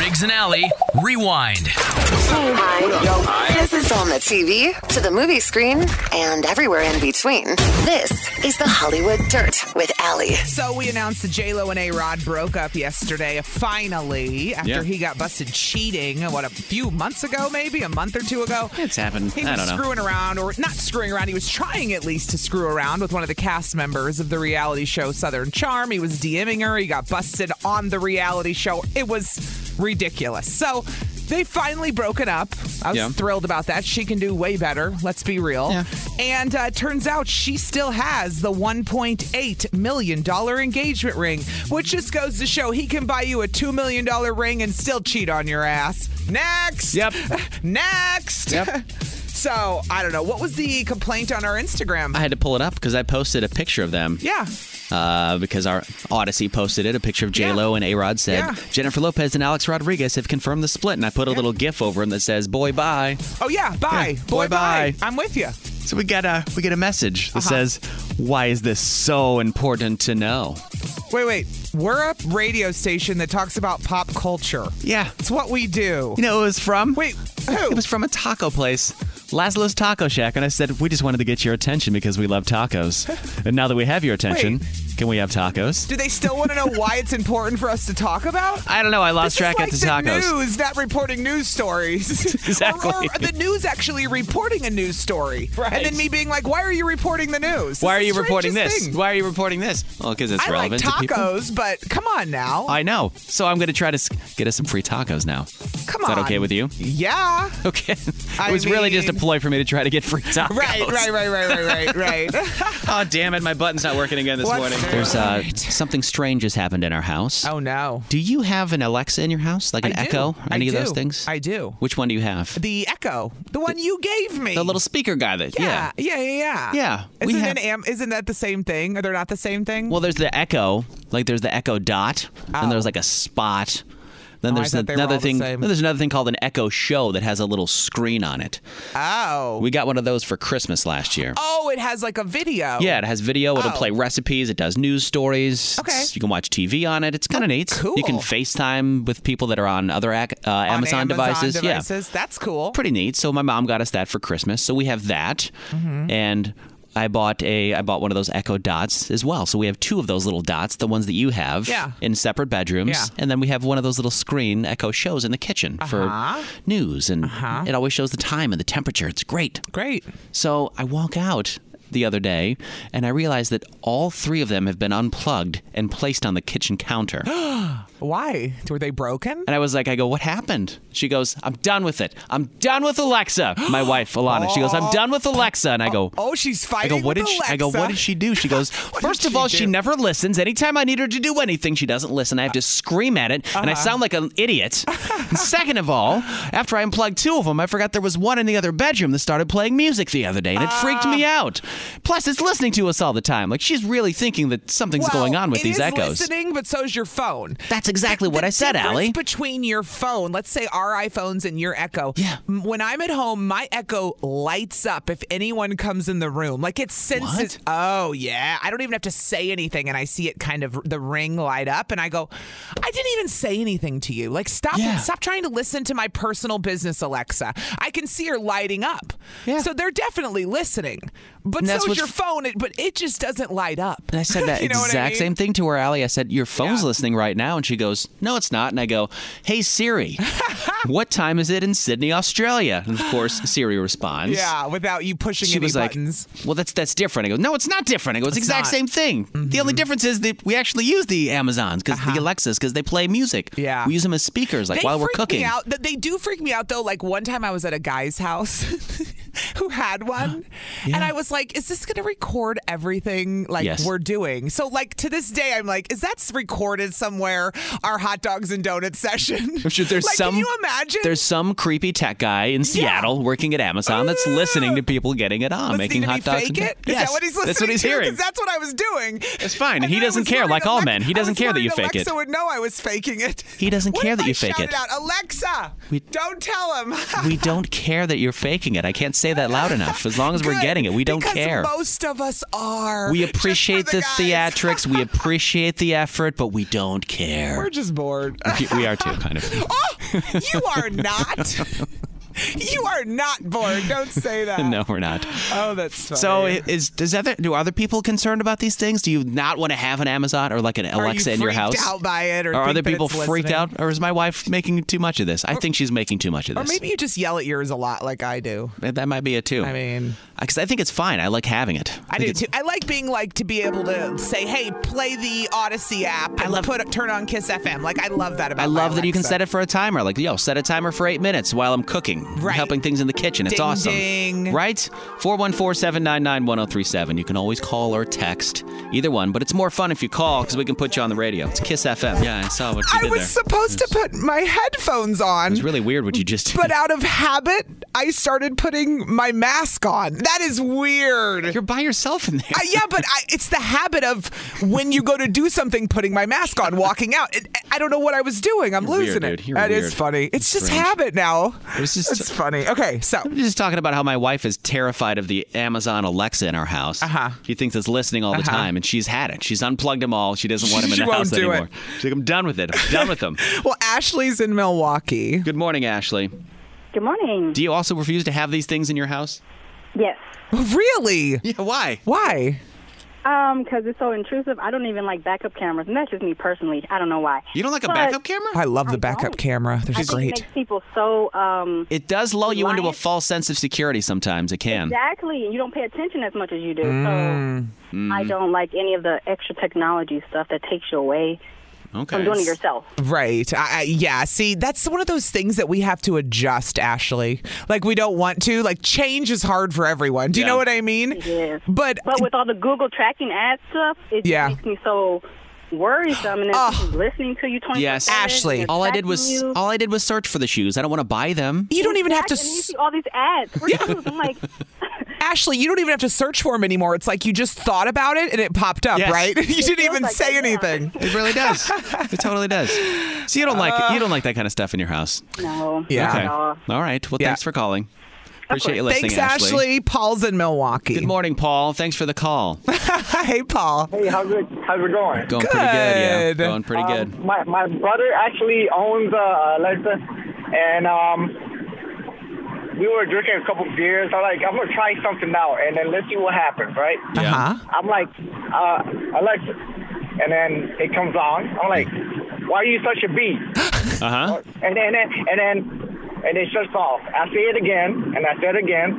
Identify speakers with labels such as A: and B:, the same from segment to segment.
A: Riggs and Alley, rewind.
B: Hi. This is on the TV, to the movie screen, and everywhere in between. This is the Hollywood Dirt with Allie.
C: So we announced that J Lo and A Rod broke up yesterday, finally, after
D: Yeah.
C: he got busted cheating. What a few months ago, maybe a month or two ago.
D: It's happened.
C: He
D: I
C: was
D: don't know.
C: screwing around, or not screwing around. He was trying at least to screw around with one of the cast members of the reality show Southern Charm. He was DMing her. He got busted on the reality show. It was ridiculous. So they finally broken up. I was
D: Yeah.
C: thrilled about that. She can do way better. Let's be real.
D: Yeah.
C: And uh, turns out she still has the 1.8 million dollar engagement ring, which just goes to show he can buy you a two million dollar ring and still cheat on your ass. Next.
D: Yep.
C: Next.
D: Yep.
C: So I don't know. What was the complaint on our Instagram?
D: I had to pull it up because I posted a picture of them.
C: yeah.
D: Uh, because our Odyssey posted it, a picture of J Lo and A Rod said
C: Yeah.
D: Jennifer Lopez and Alex Rodriguez have confirmed the split, and I put a little GIF over him that says "Boy, bye."
C: Oh yeah. Bye.
D: Yeah.
C: Boy.
D: Boy, bye.
C: bye. I'm with you.
D: So we got a we get a message
C: Uh-huh.
D: that says, "Why is this so important to know?"
C: Wait, wait. We're a radio station that talks about pop culture.
D: Yeah,
C: It's what we do.
D: you know who it was from?
C: Wait, who?
D: It was from a taco place, Laszlo's Taco Shack, and I said we just wanted to get your attention because we love tacos, and now that we have your attention, can we have tacos?
C: Do they still want to know why it's important for us to talk about?
D: I don't know. I lost
C: This
D: track
C: is
D: at the
C: like
D: tacos.
C: news not reporting news stories. Or-
D: Exactly.
C: or, the news actually reporting a news story. And
D: Right.
C: then me being like, why are you reporting the news?
D: Why are
C: This
D: you
C: is the
D: reporting
C: strangest
D: this?
C: thing.
D: Why are you reporting this? Well, because it's
C: I like
D: relevant to people.
C: tacos, but come on now.
D: I know. So I'm going to try to s- get us some free tacos now. Is
C: come on.
D: that okay with you?
C: Yeah.
D: Okay. it
C: I
D: was really just a
C: mean-
D: ploy for me to try to get free tacos.
C: Right, right, right, right, right, right, right.
D: Oh, damn it. My button's not working again this
C: What's
D: morning.
C: that?
D: There's uh, something strange has happened in our house.
C: oh no.
D: Do you have an Alexa in your house? Like an
C: I do.
D: Echo? Or
C: I
D: any of
C: do.
D: those things?
C: I do.
D: Which one do you have?
C: The Echo, the one you gave me.
D: The little speaker guy that,
C: Yeah, yeah, yeah, yeah.
D: Yeah, we
C: Isn't,
D: have-
C: an am- isn't that the same thing? Are they not the same thing?
D: Well, there's the Echo, like there's the Echo Dot, and there's like a Spot. Then
C: Oh, I
D: there's
C: thought they were
D: another
C: all the
D: thing.
C: same.
D: then there's another thing called an Echo Show that has a little screen on it.
C: oh.
D: We got one of those for Christmas last year.
C: oh, it has like a video.
D: Yeah, it has video. It'll
C: Oh.
D: play recipes. It does news stories.
C: Okay.
D: It's- You can watch TV on it. It's kind of neat.
C: cool.
D: You can FaceTime with people that are on other ac- uh,
C: On
D: Amazon, devices. Yeah,
C: devices. That's cool.
D: pretty neat. So my mom got us that for Christmas. So we have that,
C: Mm-hmm.
D: and I bought a I bought one of those Echo Dots as well. So we have two of those little dots, the ones that you have,
C: Yeah.
D: in separate bedrooms,
C: Yeah.
D: and then we have one of those little screen Echo shows in the kitchen
C: Uh-huh.
D: for news, and it always shows the time and the temperature. It's great.
C: Great.
D: So I walk out the other day and I realize that all three of them have been unplugged and placed on the kitchen counter. and
C: Why? Were they broken?
D: I was like, I go, what happened? She goes, I'm done with it. I'm done with Alexa. My wife, Alana, she goes, I'm done with Alexa. And I go,
C: Oh, she's
D: I
C: fighting
D: go, what
C: with
D: did she, I go,
C: Alexa."
D: what did she do? She goes,
C: What
D: first
C: did
D: of all,
C: she
D: she
C: do?"
D: never listens. Anytime I need her to do anything, she doesn't listen. I have to scream at it,
C: Uh-huh.
D: and I sound like an idiot. And Second of all, after I unplugged two of them, I forgot there was one in the other bedroom that started playing music the other day, and it freaked me
C: Ah.
D: out. Plus, it's listening to us all the time. Like, she's really thinking that something's
C: Well,
D: going on with
C: it
D: these
C: is
D: echoes.
C: listening, but so's your phone.
D: That's exactly what
C: the
D: I said,
C: difference
D: Allie.
C: Between your phone, let's say our iPhones and your Echo.
D: Yeah.
C: m- When I'm at home, my Echo lights up if anyone comes in the room. Like it senses. Oh yeah. I don't even have to say anything, and I see it kind of the ring light up, and I go, I didn't even say anything to you. Like stop,
D: Yeah.
C: stop trying to listen to my personal business, Alexa. I can see her lighting up.
D: Yeah.
C: So they're definitely listening. But
D: And that's
C: so is
D: what's-
C: your phone, it- but it just doesn't light up.
D: And I said that
C: You know what I
D: exact
C: mean?
D: same thing to her, Allie. I said, Your phone's
C: Yeah.
D: listening right now. And she she goes, No, it's not. And I go, Hey, Siri, what time is it in Sydney, Australia? And of course, Siri responds.
C: Yeah, without you pushing
D: She
C: any
D: was like,
C: buttons.
D: Well, that's that's different. I go, no, it's not different. I go, it's the
C: not.
D: exact
C: Mm-hmm.
D: same thing. The only difference is that we actually use the Amazons because the Alexas because they play music.
C: Uh-huh. Yeah.
D: we use them as speakers, like
C: They
D: while we're
C: freak
D: cooking.
C: Me out. Th- They do freak me out though. Like one time I was at a guy's house who had one. And I was like, is this gonna record everything like
D: Yes.
C: we're doing? So like to this day I'm like, is that's recorded somewhere our hot dogs and donuts session?
D: I'm sure Oh, there's
C: like,
D: some.
C: can you imagine?
D: There's some creepy tech guy in Seattle working at Amazon that's listening to people getting it on,
C: Listening
D: making
C: to me
D: hot dogs.
C: Fake
D: and-
C: it? Is
D: Yes,
C: that what he's listening
D: That's what he's
C: to? 'Cause
D: hearing.
C: That's what I was doing. It's
D: fine, and he doesn't care, like all men. He doesn't care that you fake it.
C: Alexa would know I was faking it.
D: He doesn't
C: What
D: care
C: if
D: that
C: I
D: you fake
C: shouted
D: it.
C: Out, Alexa,
D: We-
C: don't tell him.
D: we don't care that you're faking it. I can't say that loud enough. As long as we're
C: Good,
D: getting it, we don't
C: because
D: care.
C: Most of us are.
D: We
C: Just for
D: appreciate the,
C: guys.
D: theatrics. We appreciate the effort, but we don't
C: We're
D: care.
C: just bored.
D: we are too, kind of.
C: oh, you are not. you are not bored. Don't say that.
D: No, we're not.
C: Oh, that's funny.
D: So i- is does other do other people concerned about these things? Do you not want to have an Amazon or like an
C: Are you
D: Alexa in your
C: freaked
D: house?
C: Out by it, or,
D: Are
C: think
D: other
C: that
D: people
C: it's
D: freaked
C: listening?
D: out, or is my wife making too much of this? I think she's making too much of
C: Or
D: this.
C: maybe you just yell at yours a lot, like I do.
D: That that might be it too.
C: I mean-
D: because I think it's fine. I like having it.
C: I
D: think
C: do
D: it's-
C: too. I like being like to be able to say, "Hey, play the Odyssey app." I love put turn on Kiss FM. Like I love that about.
D: I love that you can set
C: it.
D: it for a timer. Like, yo, set a timer for eight minutes while I'm cooking,
C: Right.
D: helping things in the kitchen. It's
C: Ding,
D: awesome.
C: ding.
D: Right? 414 799 1037. You can always call or text, either one, but it's more fun if you call because we can put you on the radio. It's Kiss FM. Yeah, I saw what you
C: I
D: did
C: was
D: there.
C: supposed to put my headphones on.
D: It's really weird what you just did.
C: But out of habit, I started putting my mask on. That is weird.
D: You're by yourself in there.
C: I- yeah, but I, it's the habit of when you go to do something, putting my mask on, walking out. It, I don't know what I was doing. I'm
D: You're weird,
C: losing
D: dude.
C: it.
D: You're
C: That is
D: weird.
C: funny. It's just
D: Strange.
C: habit now.
D: was just-
C: it's funny. Okay, so
D: I'm just talking about how my wife is terrified of the Amazon Alexa in our house.
C: Uh-huh.
D: She thinks it's listening all the time, and she's had it. She's unplugged them all. She doesn't want them in
C: She
D: the
C: won't
D: house
C: do it.
D: anymore. She's like, I'm done with it. I'm done with them.
C: well, Ashley's in Milwaukee.
D: Good morning, Ashley.
E: Good morning.
D: Do you also refuse to have these things in your house?
E: Yes.
C: Really?
D: Yeah, why?
C: Why?
E: Um, because it's so intrusive. I don't even like backup cameras, and that's just me personally. I don't know why.
D: You don't like a
E: But
D: backup camera?
C: I love the backup
E: don't.
C: camera. They're
E: I think
C: great.
E: It makes people so um.
D: It does lull you into a
E: Reliant?
D: false sense of security sometimes. It can.
E: Exactly, and you don't pay attention as much as you do. So
C: Mm.
E: I don't like any of the extra technology stuff that takes you away
D: Okay.
E: from doing it yourself.
C: Right. I, I, yeah. See, that's one of those things that we have to adjust, Ashley. Like, we don't want to. Like, change is hard for everyone. Do you
D: Yeah.
C: know what I mean?
E: Yes.
C: But,
E: But with all the Google tracking ad stuff, it just
C: Yeah.
E: makes me so worrisome and
C: Ugh.
E: it's listening to you 24
D: Yes.
C: Ashley,
D: All I did was all I did was search for the shoes. I don't want to buy them.
C: you don't even have to.
E: And you
C: s-
E: see all these ads. For shoes. I'm like,
C: Ashley, you don't even have to search for them anymore. It's like you just thought about it and it popped up,
D: Yes.
C: right? You didn't even
E: like
C: say
E: it, yeah.
C: anything.
D: It really does. it totally does. So you don't like you don't like that kind of stuff in your house.
E: Uh. no,
C: Yeah.
E: not
D: Okay.
E: at all.
D: All right. Well,
C: Yeah.
D: thanks for calling. Appreciate you listening,
C: Thanks, Ashley. Paul's in Milwaukee.
D: Good morning, Paul. Thanks for the call.
C: hey, Paul.
F: Hey, how's it? How's it going?
D: Going pretty good. Yeah.
C: Good.
D: Going pretty
F: Um,
D: good.
F: My my brother actually owns a Lexus, and um, we were drinking a couple beers. I'm like, I'm gonna try something out, and then let's see what happens, right?
C: Uh huh.
F: I'm like, uh, Alexa, and then it comes on. I'm like, why are you such a bee?
D: Uh huh.
F: And then and then and it shuts off. I say it again, and I say it again.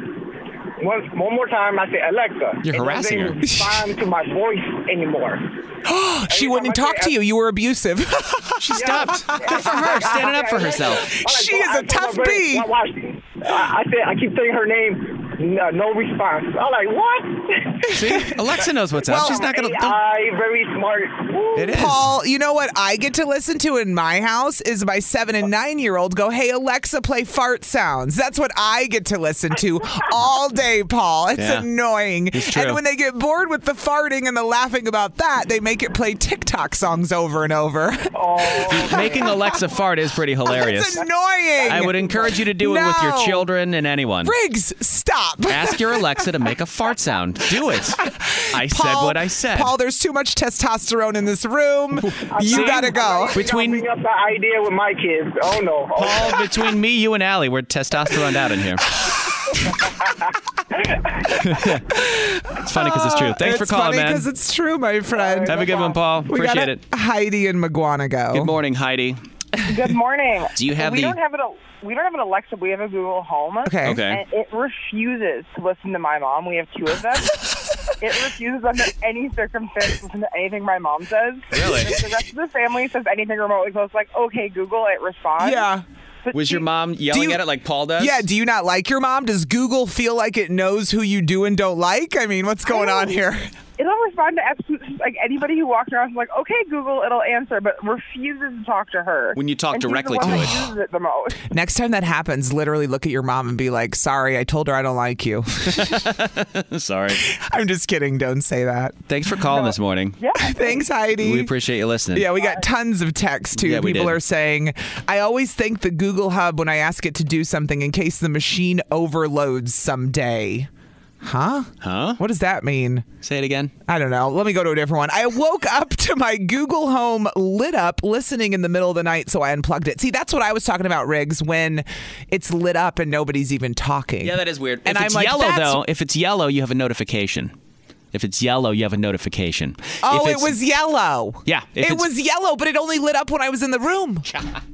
F: One, one more time, I say, Alexa.
D: You're
F: It
D: harassing her.
F: doesn't respond to my voice anymore.
C: She
F: Every
C: wouldn't
F: time I
C: talk
F: say
C: to you. You were abusive.
D: She stopped. Good for her. Standing up for herself.
F: All right,
C: She is
F: I
C: a
F: told my
C: tough
F: brother,
C: bee.
F: "Why- why- I, I said I keep saying her name. No, no response. I'm like, what? Oh.
D: See,
E: Um,
D: Alexa knows what's up.
C: Well,
D: She's not gonna. Don't,
F: AI, very smart.
D: it is.
C: Paul, you know what I get to listen to in my house is my seven and nine year old go, Hey, Alexa, play fart sounds. That's what I get to listen to all day, Paul. It's
D: Yeah.
C: annoying.
D: It's true.
C: And when they get bored with the farting and the laughing about that, they make it play TikTok songs over and over.
F: Oh,
D: Making Alexa fart is pretty
C: it's
D: hilarious.
C: annoying.
D: I would encourage you to do it with your
C: No.
D: children and anyone.
C: Riggs, stop.
D: Ask your Alexa to make a fart sound. Do it. I said
C: Paul-
D: what I said.
C: Paul, there's too much testosterone in this room. you gotta go.
D: Between-
F: bring up that idea with my kids. Oh no. Oh,
D: Paul, between me, you, and Allie, we're testosterone out in here. It's funny because it's true. Thanks
C: Uh,
D: for
C: it's
D: calling,
C: funny
D: man.
C: because it's true, my friend.
D: Have a good one, Paul.
C: we got
D: Appreciate
C: a-
D: it.
C: Heidi and McGuanago.
D: Good morning, Heidi.
G: Good morning.
D: Do you have
G: we
D: the-
G: don't have an we don't have an Alexa. We have a Google Home.
C: Okay.
D: Okay.
G: And it refuses to listen to my mom. We have two of them. it refuses under any circumstance to listen to anything my mom says.
D: Really?
G: If the rest of the family says anything remotely close, like "Okay, Google," it responds.
C: Yeah.
G: But
D: Was your
G: she-
D: mom yelling
C: you-
D: at it like Paul does?
C: Yeah, do you not like your mom? Does Google feel like it knows who you do and don't like? I mean, what's going on here?
G: It'll respond to absolutely like anybody who walks around is like, "Okay, Google," it'll answer, but refuses to talk to her.
D: When you talk
G: And she's the
D: directly
G: one
D: to
G: that
D: it.
G: uses it the most.
C: Next time that happens, literally look at your mom and be like, sorry, I told her I don't like you.
D: Sorry.
C: I'm just kidding. Don't say that.
D: Thanks for calling this morning.
C: Thanks, Heidi.
D: We appreciate you listening.
C: Yeah, we got tons of texts too.
D: Yeah, we
C: People
D: did.
C: are saying, I always thank the Google Hub when I ask it to do something in case the machine overloads someday. Huh?
D: Huh?
C: What does that mean?
D: Say it again.
C: I don't know. Let me go to a different one. I woke up to my Google Home lit up listening in the middle of the night, so I unplugged it. See, that's what I was talking about, Riggs, when it's lit up and nobody's even talking.
D: Yeah, that is weird.
C: And
D: if
C: I'm
D: it's
C: like,
D: yellow
C: that's-
D: though, if it's yellow, you have a notification. If it's yellow, you have a notification.
C: Oh,
D: If
C: it
D: it's-
C: was yellow.
D: Yeah, if
C: It
D: it's-
C: was yellow, but it only lit up when I was in the room.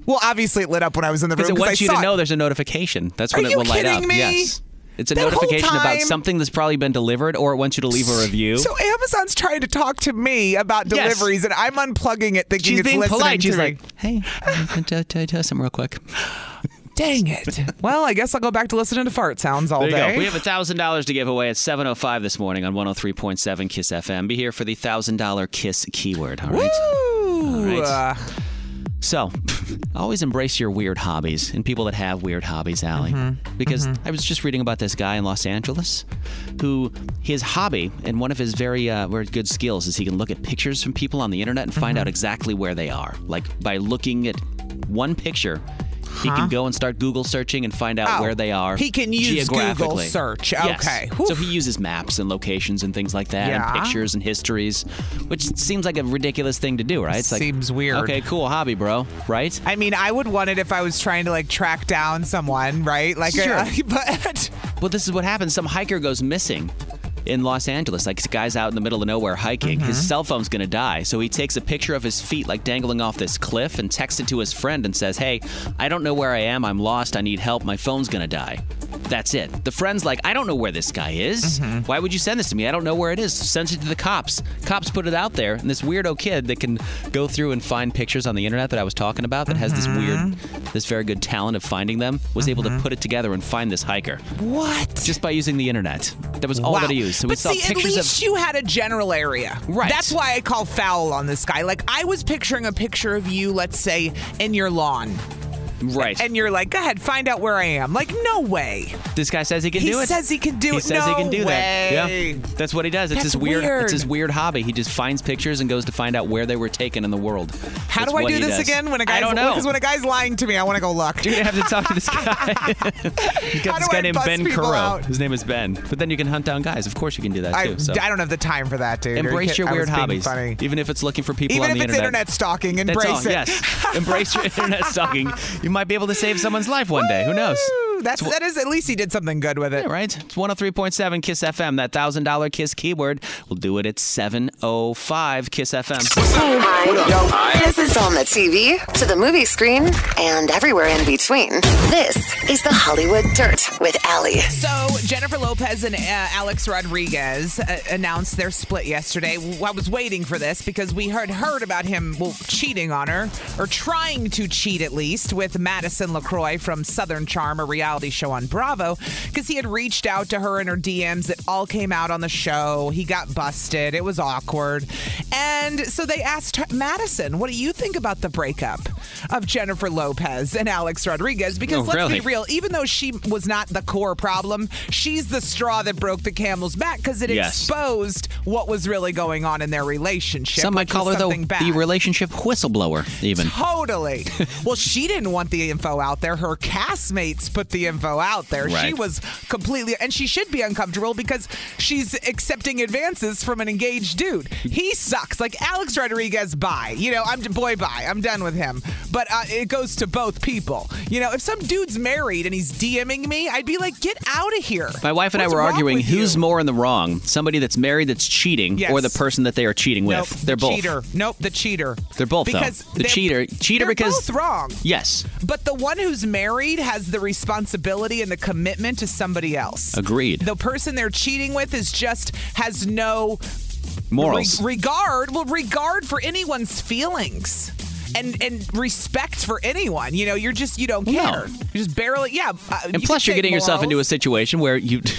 C: Well, obviously, it lit up when I was in the room.
D: Because it
C: 'cause
D: wants
C: I
D: you to
C: saw it.
D: know there's a notification. That's when
C: Are
D: it
C: you
D: will light up.
C: kidding me?
D: Yes. It's a
C: That whole
D: notification about
C: time-
D: something that's probably been delivered, or it wants you to leave a review.
C: So Amazon's trying to talk to me about
D: Yes.
C: deliveries, and I'm unplugging it, thinking
D: She's
C: it's
D: being
C: listening
D: polite.
C: to
D: She's
C: me.
D: like, "Hey, can I tell tell you something real quick?"
C: "Dang it!" well, I guess I'll go back to listening to fart sounds all
D: There you
C: day.
D: go. We have thousand dollars to give away at seven oh five this morning on one oh three point seven Kiss FM. Be here for the thousand dollar Kiss keyword. All right.
C: Woo!
D: All right. So, always embrace your weird hobbies and people that have weird hobbies, Allie.
C: Mm-hmm.
D: Because I was just reading about this guy in Los Angeles who his hobby and one of his very uh, very good skills is he can look at pictures from people on the internet and
C: Mm-hmm.
D: find out exactly where they are. Like by looking at one picture, he can go and start Google searching and find out
C: Oh,
D: where they are.
C: he can use Google
D: geographically.
C: search.
D: Yes.
C: Okay.
D: So
C: Whew.
D: he uses maps and locations and things like that,
C: Yeah.
D: and pictures and histories, which seems like a ridiculous thing to do, right? It's like
C: Seems weird.
D: Okay, cool hobby, bro. Right?
C: I mean, I would want it if I was trying to like track down someone, right? Like,
D: Sure.
C: I, but
D: Well, this is what happens. Some hiker goes missing in Los Angeles. Like, this guy's out in the middle of nowhere hiking. His cell phone's going to die. So he takes a picture of his feet, like dangling off this cliff, and texts it to his friend and says, Hey, I don't know where I am. I'm lost. I need help. My phone's going to die. That's it. The friend's like, I don't know where this guy is. Why would you send this to me? I don't know where it is. Sends it to the cops. Cops put it out there, and this weirdo kid that can go through and find pictures on the internet that I was talking about that has this weird, this very good talent of finding them was able to put it together and find this hiker
C: what?
D: just by using the internet. That was all
C: wow.
D: that he used. So we
C: but
D: saw
C: see, at
D: pictures
C: least
D: of.
C: you had a general area.
D: Right.
C: That's why I call foul on this guy. Like, I was picturing a picture of you, let's say, in your lawn,
D: Right.
C: and you're like, "Go ahead, find out where I am." Like, no way.
D: this guy says he can
C: He
D: do it.
C: says he can do
D: He
C: it.
D: says he
C: No
D: can do that.
C: way.
D: Yeah. That's what he does. It's
C: That's
D: his weird,
C: weird.
D: It's his weird hobby. He just finds pictures and goes to find out where they were taken in the world.
C: How
D: That's
C: do I
D: what
C: do
D: he
C: this
D: does.
C: again? When a guy's
D: I don't know.
C: Because when a guy's lying to me, I want to go look.
D: You're gonna have to talk to this guy. He's got
C: How
D: this
C: do
D: guy
C: I
D: named
C: bust
D: Ben
C: people
D: Curro.
C: out?
D: His name is Ben. But then you can hunt down guys. Of course, you can do that
C: I,
D: too. So
C: I don't have the time for that, dude. Are you
D: embrace
C: kidding?
D: your
C: I
D: weird
C: was being
D: hobbies,
C: Funny.
D: even if it's looking for people
C: Even
D: on
C: if
D: the
C: it's internet stalking,
D: That's
C: embrace
D: all.
C: it.
D: Yes, embrace your internet stalking. You might be able to save someone's life one day. Who knows?
C: Ooh, that's that is at least he did something good with it.
D: Yeah, right? It's 103.7 Kiss FM. That $1,000 Kiss keyword. We'll do it at 7.05 Kiss FM.
B: Hi. This is on the TV, to the movie screen, and everywhere in between. This is the Hollywood Dirt with Allie.
C: So Jennifer Lopez and uh, Alex Rodriguez uh, announced their split yesterday. W- I was waiting for this because we heard heard about him well cheating on her or trying to cheat at least with Madison Lacroix from Southern Charm, a reality show on Bravo, because he had reached out to her in her DMs. It all came out on the show. He got busted. It was awkward, and so they asked her- Madison, "What do you think about the breakup of Jennifer Lopez and Alex Rodriguez?" Because
D: Oh,
C: let's
D: really?
C: be real real. Even though she was not the core problem, she's the straw that broke the camel's back because it
D: Yes.
C: exposed what was really going on in their relationship.
D: Some might
C: which
D: call her
C: was
D: the,
C: something bad.
D: the relationship whistleblower, even.
C: Totally. well, she didn't want the info out there. Her castmates put the the info out there. She
H: Right.
C: was completely, and she should be uncomfortable because she's accepting advances from an engaged dude. He sucks. Like Alex Rodriguez, bye. You know, I'm boy, bye. I'm done with him. But uh, it goes to both people. You know, if some dude's married and he's DMing me, I'd be like, get out of here.
D: My wife and
C: What's
D: I were
C: wrong
D: arguing
C: with
D: who's
C: you?
D: more in the wrong: somebody that's married that's cheating,
C: Yes.
D: or the person that they are cheating
C: Nope,
D: with. They're
C: the
D: both.
C: cheater. Nope, the cheater.
D: They're both
C: Because
D: though. The
C: they're-
D: cheater, cheater
C: they're
D: because
C: both wrong.
D: Yes,
C: But the one who's married has the responsibility and the commitment to somebody else.
D: agreed.
C: The person they're cheating with is just has no
D: Morals.
C: re- regard, well, regard for anyone's feelings. And, and respect for anyone, you know, you're just you don't care. You're just barely, yeah. uh, you
D: and plus,
C: could
D: you're
C: say
D: getting yourself
C: morals.
D: into a situation where you.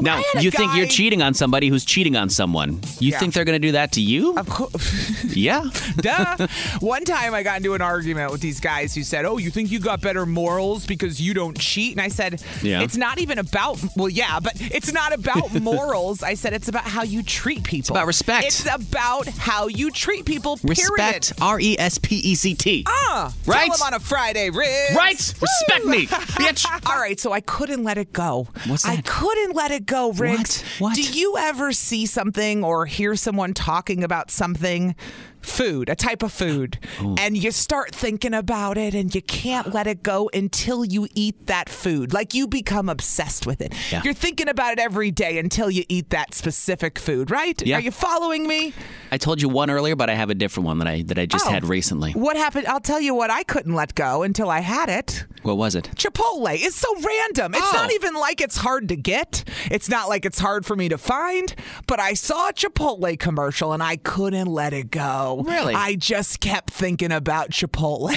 D: now
C: had a
D: you think you're
C: guy-
D: cheating on somebody who's cheating on someone. You
C: Yeah.
D: think they're going to do that to you? Of
C: course.
D: yeah.
C: Duh. One time I got into an argument with these guys who said, Oh, you think you got better morals because you don't cheat? And I said,
D: Yeah.
C: It's not even about, well, yeah, but it's not about morals. I said, It's about how you treat people. It's about respect. It's about how you treat people, period.
D: Respect. R e s p e c t.
C: Ah,
D: Right?
C: Tell 'em on a Friday, Riz.
D: Right? Respect me, bitch.
C: All right, so I couldn't let it go. What's that? I couldn't let it go, Riggs. What? Do you ever see something or hear someone talking about something? Food, a type of food,
D: Oh.
C: and you start thinking about it, and you can't let it go until you eat that food. Like you become obsessed with it.
D: Yeah.
C: You're thinking about it every day until you eat that specific food, right?
D: Yeah.
C: Are you following me?
D: I told you one earlier, but I have a different one that I that I just
C: Oh.
D: had recently.
C: What happened? I'll tell you what I couldn't let go until I had it.
D: What was it?
C: Chipotle is so random. It's
D: Oh.
C: not even like it's hard to get. It's not like it's hard for me to find. But I saw a Chipotle commercial and I couldn't let it go.
D: Really?
C: I just kept thinking about Chipotle.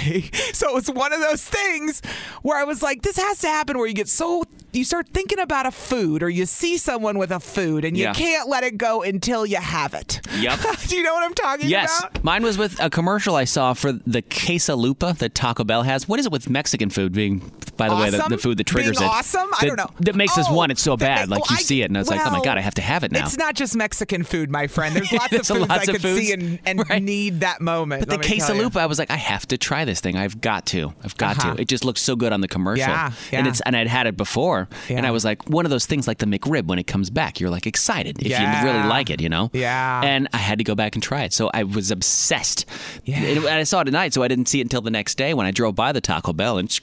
C: So it was one of those things where I was like, this has to happen where you get so you start thinking about a food or you see someone with a food and you
D: Yeah.
C: can't let it go until you have it.
D: Yep.
C: Do you know what I'm talking
D: Yes,
C: about?
D: mine was with a commercial I saw for the quesalupa that Taco Bell has. What is it with Mexican food being, by the way, the,
C: Awesome?
D: the food that triggers
C: Being
D: it?
C: awesome? I
D: that-
C: don't know.
D: That makes us
C: Oh,
D: want it so bad. like
C: well,
D: you
C: I-
D: see it and it's like, oh my
C: well,
D: god, I have to have it now.
C: It's not just Mexican food, my friend. There's lots of
D: It's a
C: foods
D: lots
C: I
D: of
C: could
D: foods.
C: see and, and need that moment.
D: But the quesalupa, I was like, I have to try this thing. I've got to. I've got
C: Uh-huh.
D: to. It just looks so good on the commercial.
C: Yeah, yeah.
D: And it's and I'd had it before. And I was like, one of those things like the McRib when it comes back, you're like excited if
C: Yeah.
D: you really like it, you know?
C: Yeah.
D: And I had to go back and try it. So I was obsessed. Yeah. And I saw it at night, so I didn't see it until the next day when I drove by the Taco Bell and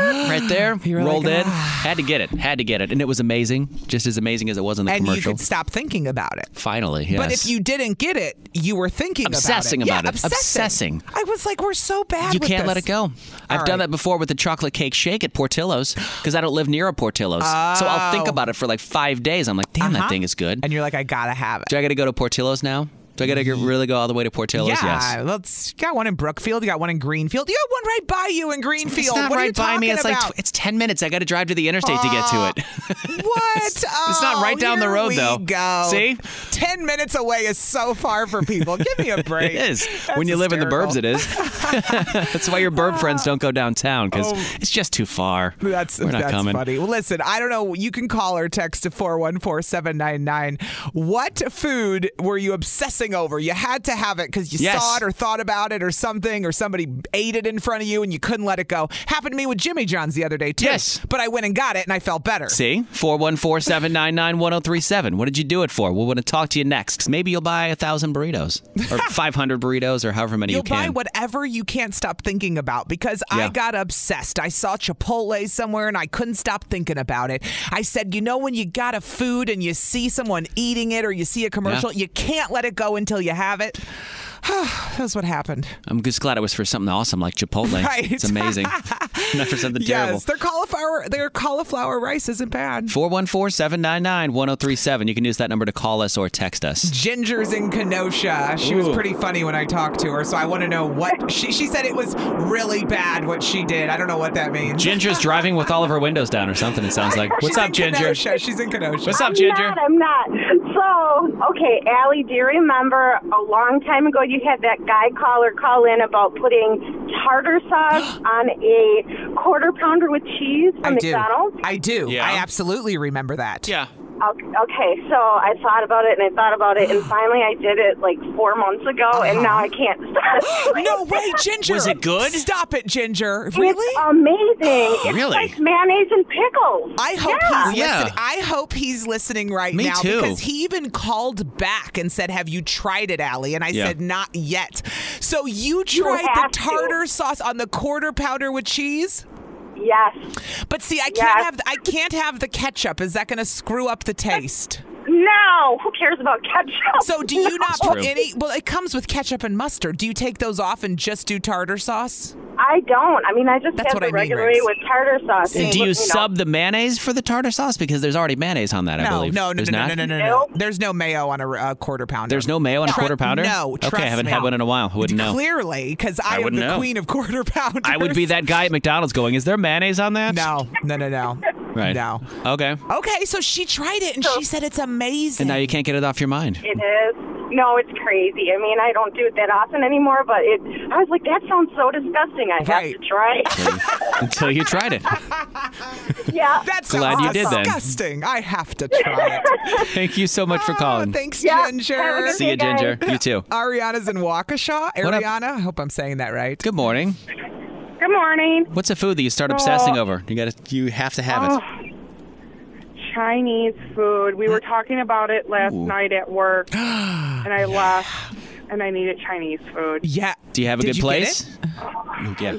D: right there, rolled in.
C: "Ah."
D: Had to get it. Had to get it. And it was amazing. Just as amazing as it was on the
C: and
D: commercial.
C: you could stop thinking about it.
D: Finally, yes.
C: But if you didn't get it, you were thinking
D: Obsessing
C: about it.
D: about
C: yeah,
D: it.
C: Obsessing.
D: Obsessing.
C: I was like, we're so bad.
D: You
C: with
D: can't let
C: this.
D: it go. I've
C: All
D: done that before with the chocolate cake shake at Portillo's because I don't live near a Portillo's. So I'll think
C: Oh.
D: about it for like five days. I'm like, damn,
C: Uh-huh.
D: that thing is good.
C: And you're like, I gotta have it.
D: Do I got to go to Portillo's now? Do I got to really go all the way to Portillo's?
C: Yeah,
D: Yes.
C: let's got one in Brookfield. You got one in Greenfield. You got one right by you in Greenfield.
D: It's not
C: what are you
D: right by me.
C: talking
D: It's
C: about? Ah.
D: like tw- it's ten minutes. I got to drive to the interstate to get to it.
C: What? It's,
D: not right down the road,
C: we
D: though.
C: Go.
D: See?
C: ten minutes away is so far for people. Give me a break.
D: it is
C: That's
D: when you live in the burbs.
C: hysterical.
D: It is. That's why your burb friends don't go downtown because
C: Oh.
D: it's just too far.
C: That's
D: We're not
C: that's
D: coming.
C: funny. Well, listen, I don't know. You can call or text to 414-799. What food were you obsessing over? You had to have it because you
D: Yes.
C: saw it or thought about it or something, or somebody ate it in front of you and you couldn't let it go. Happened to me with Jimmy John's the other day too. Yes, but I went and got it and I felt better.
D: See? 414 799 1037. What did you do it for? We want to talk to you next. 'cause Maybe you'll buy a 1,000 burritos or 500 burritos or however many
C: You'll
D: you can.
C: buy whatever you can't stop thinking about because I
D: Yeah.
C: got obsessed. I saw Chipotle somewhere and I couldn't stop thinking about it. I said, you know, when you got a food and you see someone eating it or you see a commercial, you can't let it go until you have it. That's what happened.
D: I'm just glad it was for something awesome like Chipotle.
C: Right.
D: It's amazing. Not for something terrible.
C: Yes, their cauliflower their cauliflower rice isn't bad.
D: 414 799 1037. You can use that number to call us or text us.
C: Ginger's in Kenosha. She was
D: Ooh.
C: pretty funny when I talked to her, so I want to know what she she said it was really bad what she did. I don't know what that means.
D: Ginger's driving with all of her windows down or something, it sounds like. What's
C: She's
D: up,
C: in
D: Ginger?
C: Kenosha. She's in Kenosha.
D: What's up,
I: I'm
D: Ginger?
I: Not, I'm not. So, okay, Allie, do you remember a long time ago you had that guy caller call in about putting tartar sauce on a quarter pounder with cheese from
C: I do.
I: McDonald's?
C: I do. I absolutely remember that.
D: Yeah.
I: Okay, so I thought about it and I thought about it, and finally I did it like four months ago, and now I can't stop.
C: no way, Ginger. Was it good? Stop it, Ginger.
I: It's um, amazing. It's
C: Really?
I: like mayonnaise and pickles.
C: I hope
I: yeah.
C: he's listening. I hope he's listening right
I: Me
C: now
I: too.
C: because he even called back and said, "Have you tried it, Allie?" And I
H: Yeah.
C: said, "Not yet." So you
H: You
C: tried the
H: have to.
C: tartar sauce on the quarter pounder with cheese?
I: Yes.
C: But see, I can't have I can't have the ketchup. Is that going to screw up the taste?
I: No, who cares about ketchup?
C: So do you not
I: No.
C: put any? Well, it comes with ketchup and mustard. Do you take those off and just do tartar sauce?
I: I don't. I mean, I just
C: That's
I: have
C: what
I: the
C: I mean,
I: regular
C: Riggs.
I: with tartar sauce.
D: Do
I: and,
D: you,
I: know,
D: sub the mayonnaise for the tartar sauce because there's already mayonnaise on that? I
C: no,
D: believe.
C: no, no,
D: There's
C: no, no,
D: not?
C: no, no, no. There's no mayo on a, uh quarter pounder.
D: There's no mayo on a
C: Tru-
D: quarter pounder.
C: No,
D: okay,
C: trust
D: I haven't
C: me.
D: had one in a while. I wouldn't know.
C: Clearly, because
D: I
C: I, am
D: wouldn't
C: the
D: know.
C: queen of quarter pounders.
D: I would be that guy at McDonald's going, "Is there mayonnaise on that?"
C: No, no, no, no.
D: Right.
C: No.
D: Okay.
C: Okay, so she tried it and she said it's amazing.
D: And now you can't get it off your mind.
I: It is. No, it's crazy. I mean, I don't do it that often anymore, but it. I was like, that sounds so disgusting. I have to try.
D: Until you tried it.
I: yeah.
C: That's
D: Glad you did then.
C: disgusting. I have to try it.
D: Thank you so much
C: Oh,
D: for calling.
C: Thanks, Ginger.
D: See you, Ginger. You too.
C: Ariana's in Waukesha. Ariana, I hope I'm saying that right.
D: Good morning.
I: Good morning.
D: What's a food that you start obsessing
G: Oh.
D: over? You got to you have to have it.
G: Oh, Chinese food. We were talking about it last
D: Ooh.
G: night at work, and I left, and I needed Chinese food.
C: Yeah.
D: Do you have a
G: Did
D: good
G: you get
D: place? Mm, Yeah.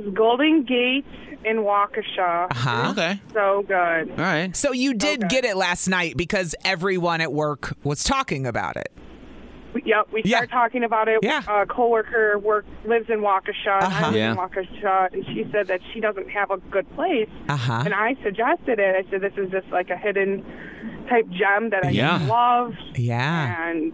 G: Yes, Golden Gate in Waukesha.
C: Uh-huh. Okay.
G: So good.
D: All right.
C: So you did get it last night because everyone at work was talking about it.
G: We- Yep, we started talking about it.
C: Yeah.
G: A coworker work lives in Waukesha. and
C: Uh-huh.
G: I live
C: Yeah.
G: in Waukesha, and she said that she doesn't have a good place.
C: Uh-huh.
G: And I suggested it. I said this is just like a hidden type gem that I
C: Yeah.
G: love.
C: Yeah.
G: And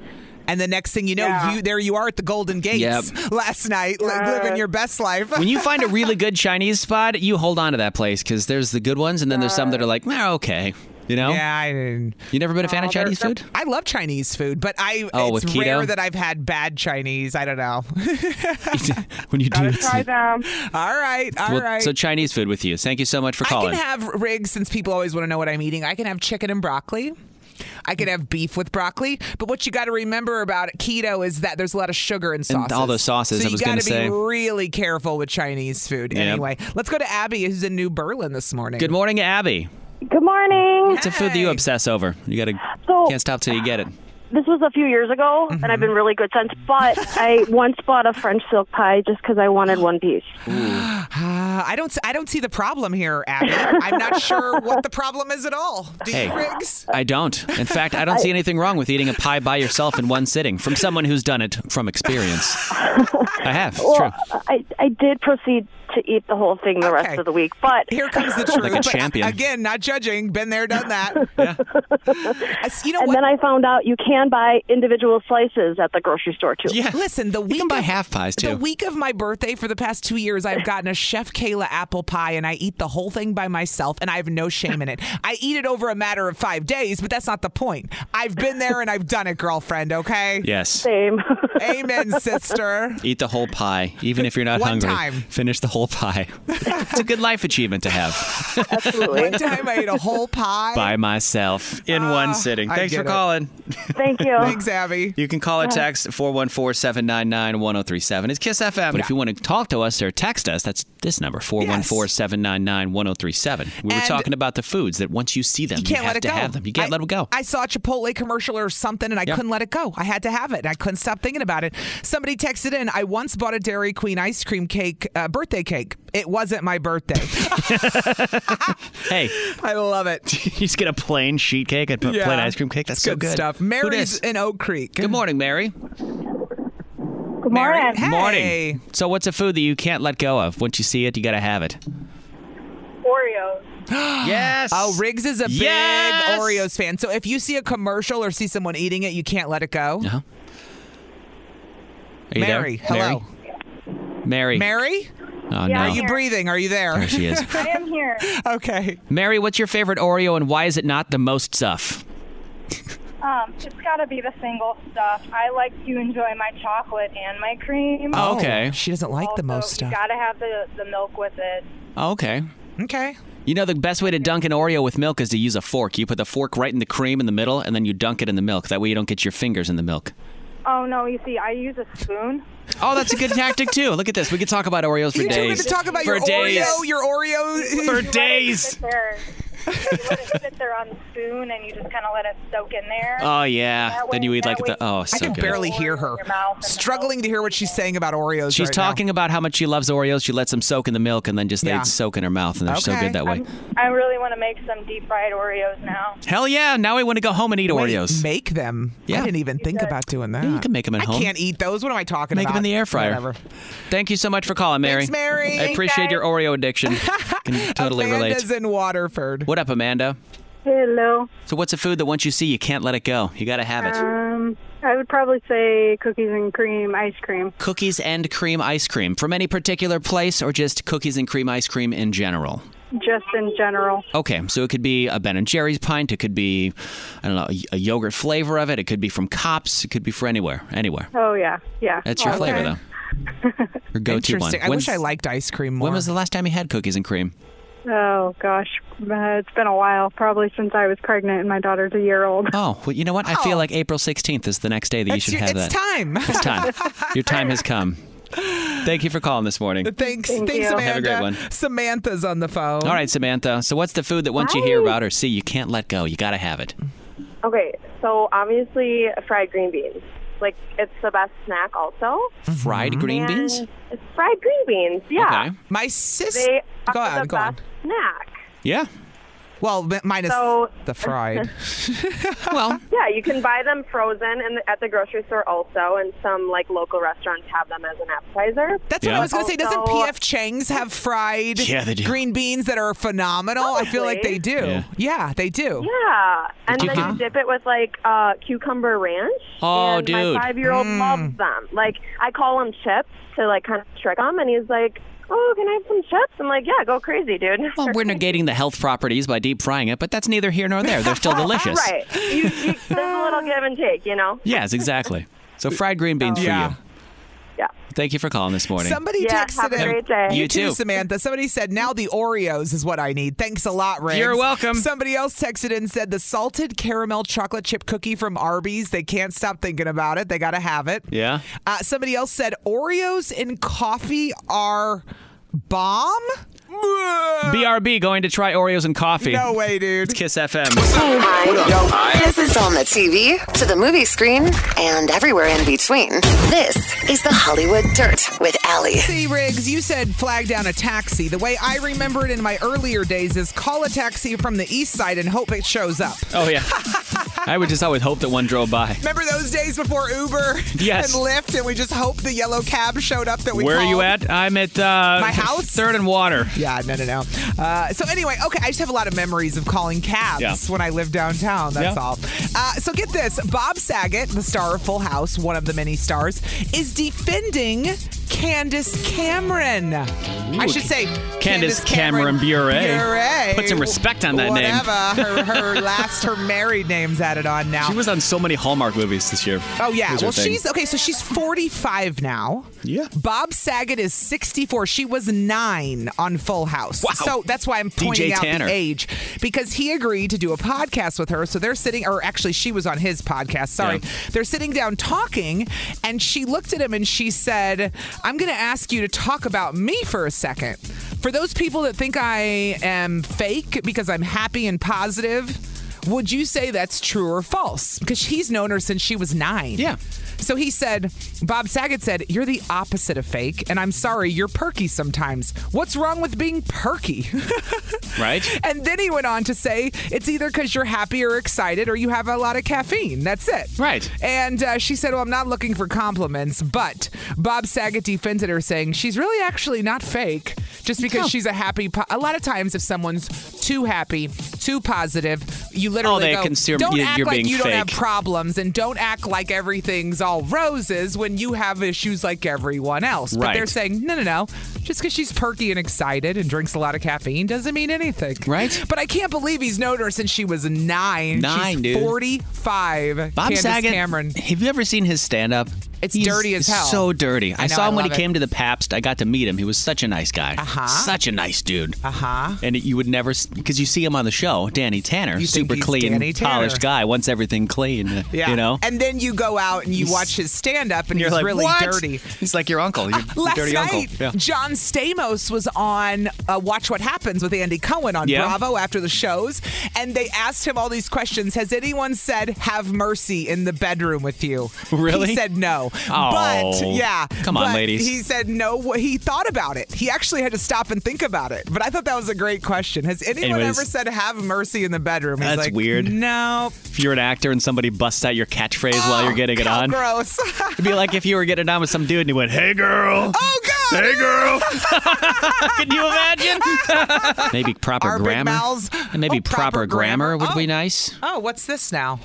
C: And the next thing you know,
G: Yeah.
C: you there you are at the Golden Gates
D: Yep.
C: last night, li- living your best life.
D: when you find a really good Chinese spot, you hold on to that place because there's the good ones, and then there's some that are like, "Nah, okay, you know.
C: Yeah, I didn't.
D: You never been a fan of Chinese food?
C: I love Chinese food, but I
D: Oh,
C: it's
D: with keto?
C: rare that I've had bad Chinese. I don't know.
D: When you do, it's-
G: them.
C: All right, all right.
D: Well, so Chinese food with you. Thank you so much for
C: I
D: calling.
C: can have rigs since people always want to know what I'm eating. I can have chicken and broccoli. I can have beef with broccoli, but what you got to remember about keto is that there's a lot of sugar in
D: And
C: sauces.
D: all those sauces,
C: So
D: I
C: you
D: was
C: got
D: gonna
C: to be
D: say.
C: really careful with Chinese food.
D: Yep.
C: Anyway, let's go to Abby, who's in New Berlin this morning.
D: good morning, Abby.
J: Good morning.
D: What's a food that you obsess over? You gotta
J: So-
D: can't stop till you get it.
J: This was a few years ago, and
C: Mm-hmm.
J: I've been really good since. But I once bought a French silk pie just because I wanted one piece.
C: Uh, I don't. s- I don't see the problem here, Abby. I'm not sure what the problem is at all. Do
D: Hey,
C: you, Riggs?
D: I don't. In fact, I don't see anything wrong with eating a pie by yourself in one sitting from someone who's done it from experience. I have. It's true.
J: well, I I did proceed to eat the whole thing the rest of the week, but
C: here comes the
D: Like a
C: truth. but
D: champion.
C: Again, not judging. Been there, done that. You know
J: and
C: what?
J: then I found out you can buy individual slices at the grocery store too.
C: Listen, the week of,
D: half pies
C: The week of my birthday for the past two years, I've gotten a Chef Kayla apple pie, and I eat the whole thing by myself, and I have no shame in it. I eat it over a matter of five days, but that's not the point. I've been there and I've done it, girlfriend. Okay.
D: Yes.
J: Same.
C: Amen, sister.
D: Eat the whole pie, even if you're not
C: One
D: hungry.
C: time.
D: Finish the whole pie. it's a good life achievement to have.
C: One time I ate a whole pie.
D: By myself in one sitting.
C: Ah, I
D: Thanks
C: get
D: for
C: it.
D: calling.
J: Thank you.
C: Thanks, Abby.
D: You can call or
C: Yeah.
D: text 414 799 1037. It's Kiss FM. But if you want to talk to us or text us, that's this number 414 799 1037. We were
C: And-
D: talking about the foods that once you see them, you,
C: You can't
D: have
C: let it
D: to
C: go.
D: have them. You can't
C: I,
D: let them go.
C: I saw a Chipotle commercial or something, and I
D: Yeah.
C: couldn't let it go. I had to have it, and I couldn't stop thinking about it. Somebody texted in. I once bought a Dairy Queen ice cream cake, uh, birthday cake. It wasn't my birthday.
D: Hey.
C: I love it.
D: you just get a plain sheet cake and put
C: Yeah.
D: plain ice cream cake. That's so good.
C: stuff.
D: Who
C: Mary's
D: dis?
C: in Oak Creek.
D: Good morning, Mary.
J: Good
C: morning. Hey.
D: Morning. So, what's a food that you can't let go of? Once you see it, you got to have it.
J: Oreos.
D: yes.
C: Oh, Riggs is a big
D: Yes.
C: Oreos fan. So if you see a commercial or see someone eating it, you can't let it go.
D: Uh-huh. Are you there?
C: Mary, hello.
D: Mary.
C: Mary?
D: Oh,
C: Are
D: no.
C: you breathing? Are you there?
D: There she is.
J: I am here.
C: okay.
D: Mary, what's your favorite Oreo and why is it not the most stuff?
K: Um, it's got to be the single stuff. I like to enjoy my chocolate and my cream.
D: Oh.
C: Oh,
D: okay.
C: She doesn't like the most
K: You
C: stuff.
K: got to have the, the milk with it.
D: Okay.
C: Okay.
D: You know the best way to dunk an Oreo with milk is to use a fork. You put the fork right in the cream in the middle, and then you dunk it in the milk. That way you don't get your fingers in the milk.
K: Oh no, you see, I use a spoon.
D: Oh, that's a good tactic too. Look at this. We could talk about Oreos for
C: You two
D: days.
C: going to talk about
D: for
C: your
D: days.
C: Oreo, your Oreo
D: For days.
K: Sit there. you let it sit there on the spoon, and you just kind of let it soak in there.
D: Oh yeah.
K: That
D: then
K: way-
D: you eat
K: that
D: like
K: way
D: the oh, so
C: I can
D: good.
C: barely hear her. Struggling to hear what she's saying about Oreos.
D: She's
C: right now.
D: talking about how much she loves Oreos. She lets them soak in the milk, and then just
C: Yeah.
D: they soak in her mouth, and they're so
C: Okay.
D: good that way.
K: I really want to make some deep fried Oreos now.
D: Hell yeah! Now I want to go home and eat
C: Wait,
D: Oreos.
C: Make them. I
D: Yeah.
C: didn't even think about doing that.
D: Yeah, you can make 'em at
C: I
D: home.
C: can't eat those. What am I talking
D: Make
C: about?
D: them in the air fryer.
C: Whatever.
D: Thank you so much for calling, Mary.
C: Thanks, Mary.
D: I appreciate your Oreo addiction. Can totally
C: Amanda's
D: relate.
C: in Waterford.
D: What up, Amanda?
H: Hello.
D: So, what's a food that once you see, you can't let it go? You got to have it.
H: Um, I would probably say cookies and cream ice cream.
D: cookies and cream ice cream from any particular place, or just cookies and cream ice cream in general?
H: Just in general.
D: Okay, so it could be a Ben and Jerry's pint. It could be, I don't know, a- a yogurt flavor of it. It could be from Cops. It could be for anywhere, anywhere.
H: Oh yeah, yeah.
D: That's your flavor, though. Your go-to one.
C: Interesting. I wish I liked ice cream more.
D: When was the last time you had cookies and cream?
H: though. Oh gosh, uh, it's been a while. Probably since I was pregnant and my daughter's a year old.
D: Oh, well, you know what? I feel like April 16th is the next day that you
H: It's
D: should
H: your-
D: have
H: it's
D: that.
C: time.
D: It's time. Your time has come. Thank you for calling this morning.
C: Thanks,
H: Thank
C: thanks,
H: you.
C: Amanda.
D: Have a great one.
C: Samantha's on the phone.
D: All right, Samantha. So, what's the food that once you hear about or see, you can't let go? You got to have it.
L: Okay, so obviously fried green beans. Like it's the best snack also.
C: Mm-hmm.
D: Fried green beans?
L: And It's fried green beans, yeah.
D: Okay.
C: My sis.
L: They are
C: Go on,
L: the
C: go on.
L: best snack.
D: Yeah.
C: Well, mi- minus
L: So-
C: the fried.
D: well,
L: yeah, you can buy them frozen and at the grocery store also, and some like local restaurants have them as an appetizer.
C: That's what I was going to say. Doesn't PF Chang's have fried
L: Yeah, they do.
C: green beans that are phenomenal? I feel like they do. Yeah, they do.
L: Yeah, and
C: Did
L: then
C: you
L: you
C: get-
L: dip it with like uh, cucumber ranch.
C: Oh,
L: and
C: dude.
L: My five-year-old
C: Mm.
L: loves them. Like I call him chips to like kind of trick him, and he's like, "Oh, can I have some chips?" I'm like, "Yeah, go crazy, dude."
D: Well, we're negating the health properties by deep frying it, but that's neither here nor there. They're still delicious.
L: right. You, you, there's a little give and take, you know.
D: Yes, exactly. So fried green beans for
C: Yeah.
D: you.
L: Yeah.
D: Thank you for calling this morning.
C: Somebody
L: Yeah,
C: texted
L: have a
C: in-
L: great day.
D: You
C: You too,
D: too.
C: Samantha. Somebody said now the Oreos is what I need. Thanks a lot, Riggs.
D: You're welcome.
C: Somebody else texted in said the salted caramel chocolate chip cookie from Arby's. They can't stop thinking about it. They got to have it.
D: Yeah.
C: Uh, somebody else said Oreos and coffee are bomb.
D: BRB going to try Oreos and coffee.
C: No way, dude. It's
D: Kiss FM.
B: This is on the TV, to the movie screen, and everywhere in between. This is the Hollywood Dirt with Allie.
C: See, Riggs, you said flag down a taxi. The way I remember it in my earlier days is call a taxi from the east side and hope it shows up.
D: Oh yeah. I would just always hope that one drove by.
C: Remember those days before Uber
D: Yes.
C: and Lyft, and we just hoped the yellow cab showed up that we
D: Where are you
C: called?
D: at? I'm at uh,
C: My house?
D: Third and Water.
C: Yeah, no, no, no. Uh, so anyway, okay, I just have a lot of memories of calling cabs
D: Yeah.
C: when I lived downtown. That's
D: Yeah.
C: all. Uh, so get this: Bob Saget, the star of Full House, one of the many stars, is defending Candace Cameron. I should say
D: Candace Cameron Bure.
C: Bure.
D: Put some respect on that name.
C: Whatever. name. Her, her last, her married name's added on now.
D: She was on so many Hallmark movies this year.
C: Oh yeah.
D: Was her
C: Well,
D: thing.
C: she's okay. So she's 45 now.
D: Yeah.
C: Bob Saget is 64. She was nine on Full House.
D: Wow.
C: So that's why I'm
D: DJ
C: pointing out
D: Tanner.
C: the age because he agreed to do a podcast with her. So they're sitting, or actually, she was on his podcast. Sorry,
D: Yeah.
C: they're sitting down talking, and she looked at him and she said, "I'm going to ask you to talk about me for a second. For those people that think I am fake because I'm happy and positive." Would you say that's true or false? Because he's known her since she was nine. Yeah. So he said, Bob Saget said, You're the opposite of fake, and I'm sorry, you're perky sometimes. What's wrong with being perky?
D: right.
C: And then he went on to say, it's either because you're happy or excited or you have a lot of caffeine. That's it.
D: Right.
C: And uh, she said, well, I'm not looking for compliments, but Bob Saget defended her, saying she's really actually not fake just because she's a happy. Po- a lot of times, if someone's too happy, too positive, you literally
D: Oh, they
C: go,
D: consume-
C: don't
D: you-
C: act
D: you're
C: like
D: being
C: you don't have
D: fake."
C: problems and don't act like everything's all roses when you have issues like everyone else. But they're
D: Right.
C: saying, no, no, no. Just because she's perky and excited and drinks a lot of caffeine doesn't mean anything. Right. But I can't believe he's known her since she was nine.
D: Nine,
C: she's
D: dude.
C: 45.
D: Bob
C: Candace
D: Saget.
C: Cameron.
D: Have you ever seen his stand up?
C: It's
D: He's
C: dirty as hell.
D: So dirty. I,
C: know,
D: saw him when he
C: love it.
D: came to the Pabst. I got to meet him. He was such a nice guy. Uh-huh. Such a nice dude.
C: Uh-huh.
D: And it, you would never, because you see him on the show, Danny Tanner,
C: You think
D: super
C: he's
D: clean,
C: Danny Tanner.
D: polished guy, wants everything clean. uh,
C: Yeah.
D: You know?
C: And then you go out and you
D: He's-
C: watch his stand up and
D: You're
C: he's
D: like,
C: really
D: "What?"
C: dirty.
D: He's like your uncle, your, your
C: Last
D: dirty
C: night,
D: uncle. Yeah.
C: John Stamos was on uh, Watch What Happens with Andy Cohen on
D: Yeah.
C: Bravo after the shows, and they asked him all these questions. Has anyone said "Have mercy" in the bedroom with you?
D: Really?
C: He said no. But
D: Oh.
C: yeah,
D: Come on,
C: but
D: ladies.
C: He said no. He thought about it. He actually had to stop and think about it. But I thought that was a great question. Has anyone
D: Anyways.
C: ever said "Have mercy" in the bedroom? He's
D: That's
C: like,
D: weird.
C: No.
D: If you're an actor and somebody busts out your catchphrase while
C: Oh,
D: you're getting it
C: how
D: on,
C: gross.
D: it'd be like if you were getting it on with some dude and he went, "Hey, girl."
C: Oh God.
D: Hey, girl.
C: Can
D: you imagine? maybe proper
C: Our big
D: grammar.
C: mouths.
D: And maybe proper, grammar, would be nice.
C: Oh, what's this now?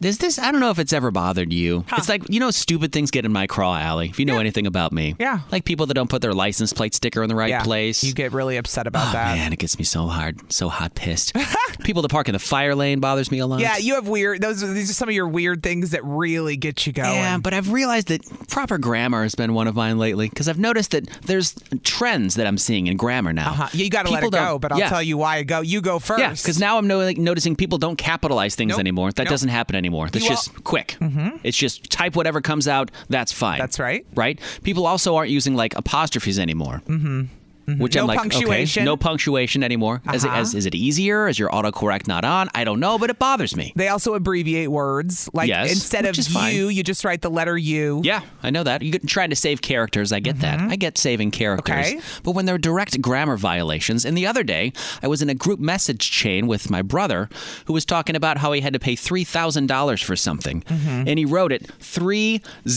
D: Does this? I don't know if it's ever bothered you. It's like you know, stupid things get in my crawl alley. If you know anything about me,
C: Yeah.
D: like people that don't put their license plate sticker in the right
C: Yeah.
D: place. You
C: get really upset about that.
D: Man, it gets me so hard, so hot pissed. people that park in the fire lane bothers me a lot.
C: Yeah, you have weird. Those are- these are some of your weird things that really get you going.
D: Yeah, but I've realized that proper grammar has been one of mine lately because I've noticed that there's trends that I'm seeing in grammar now.
C: Uh-huh. You got to let it
D: People don't-
C: go, but I'll
D: yeah.
C: tell you why I go. You go first.
D: Yeah, because now I'm no, like, noticing people don't capitalize things
C: Nope.
D: anymore. That
C: Nope.
D: doesn't happen anymore. That's
C: You Mm-hmm. all-
D: just quick. It's just type whatever comes out. That's fine. That's right. Right. People also aren't using like apostrophes anymore.
C: Mm-hmm.
D: Which
C: No
D: I'm like,
C: punctuation.
D: okay, no punctuation anymore. As,
C: Uh-huh.
D: as, is it easier? Is your autocorrect not on? I don't know, but it bothers me.
C: They also abbreviate words. Like
D: Yes,
C: instead of
D: which is fine.
C: you, you just write the letter U.
D: Yeah, I know that. You're trying to save characters. I get that. I get saving characters.
C: Mm-hmm. Okay.
D: But when there are direct grammar violations, and the other day, I was in a group message chain with my brother who was talking about how he had to pay $3,000 for something.
C: Mm-hmm.
D: And he wrote it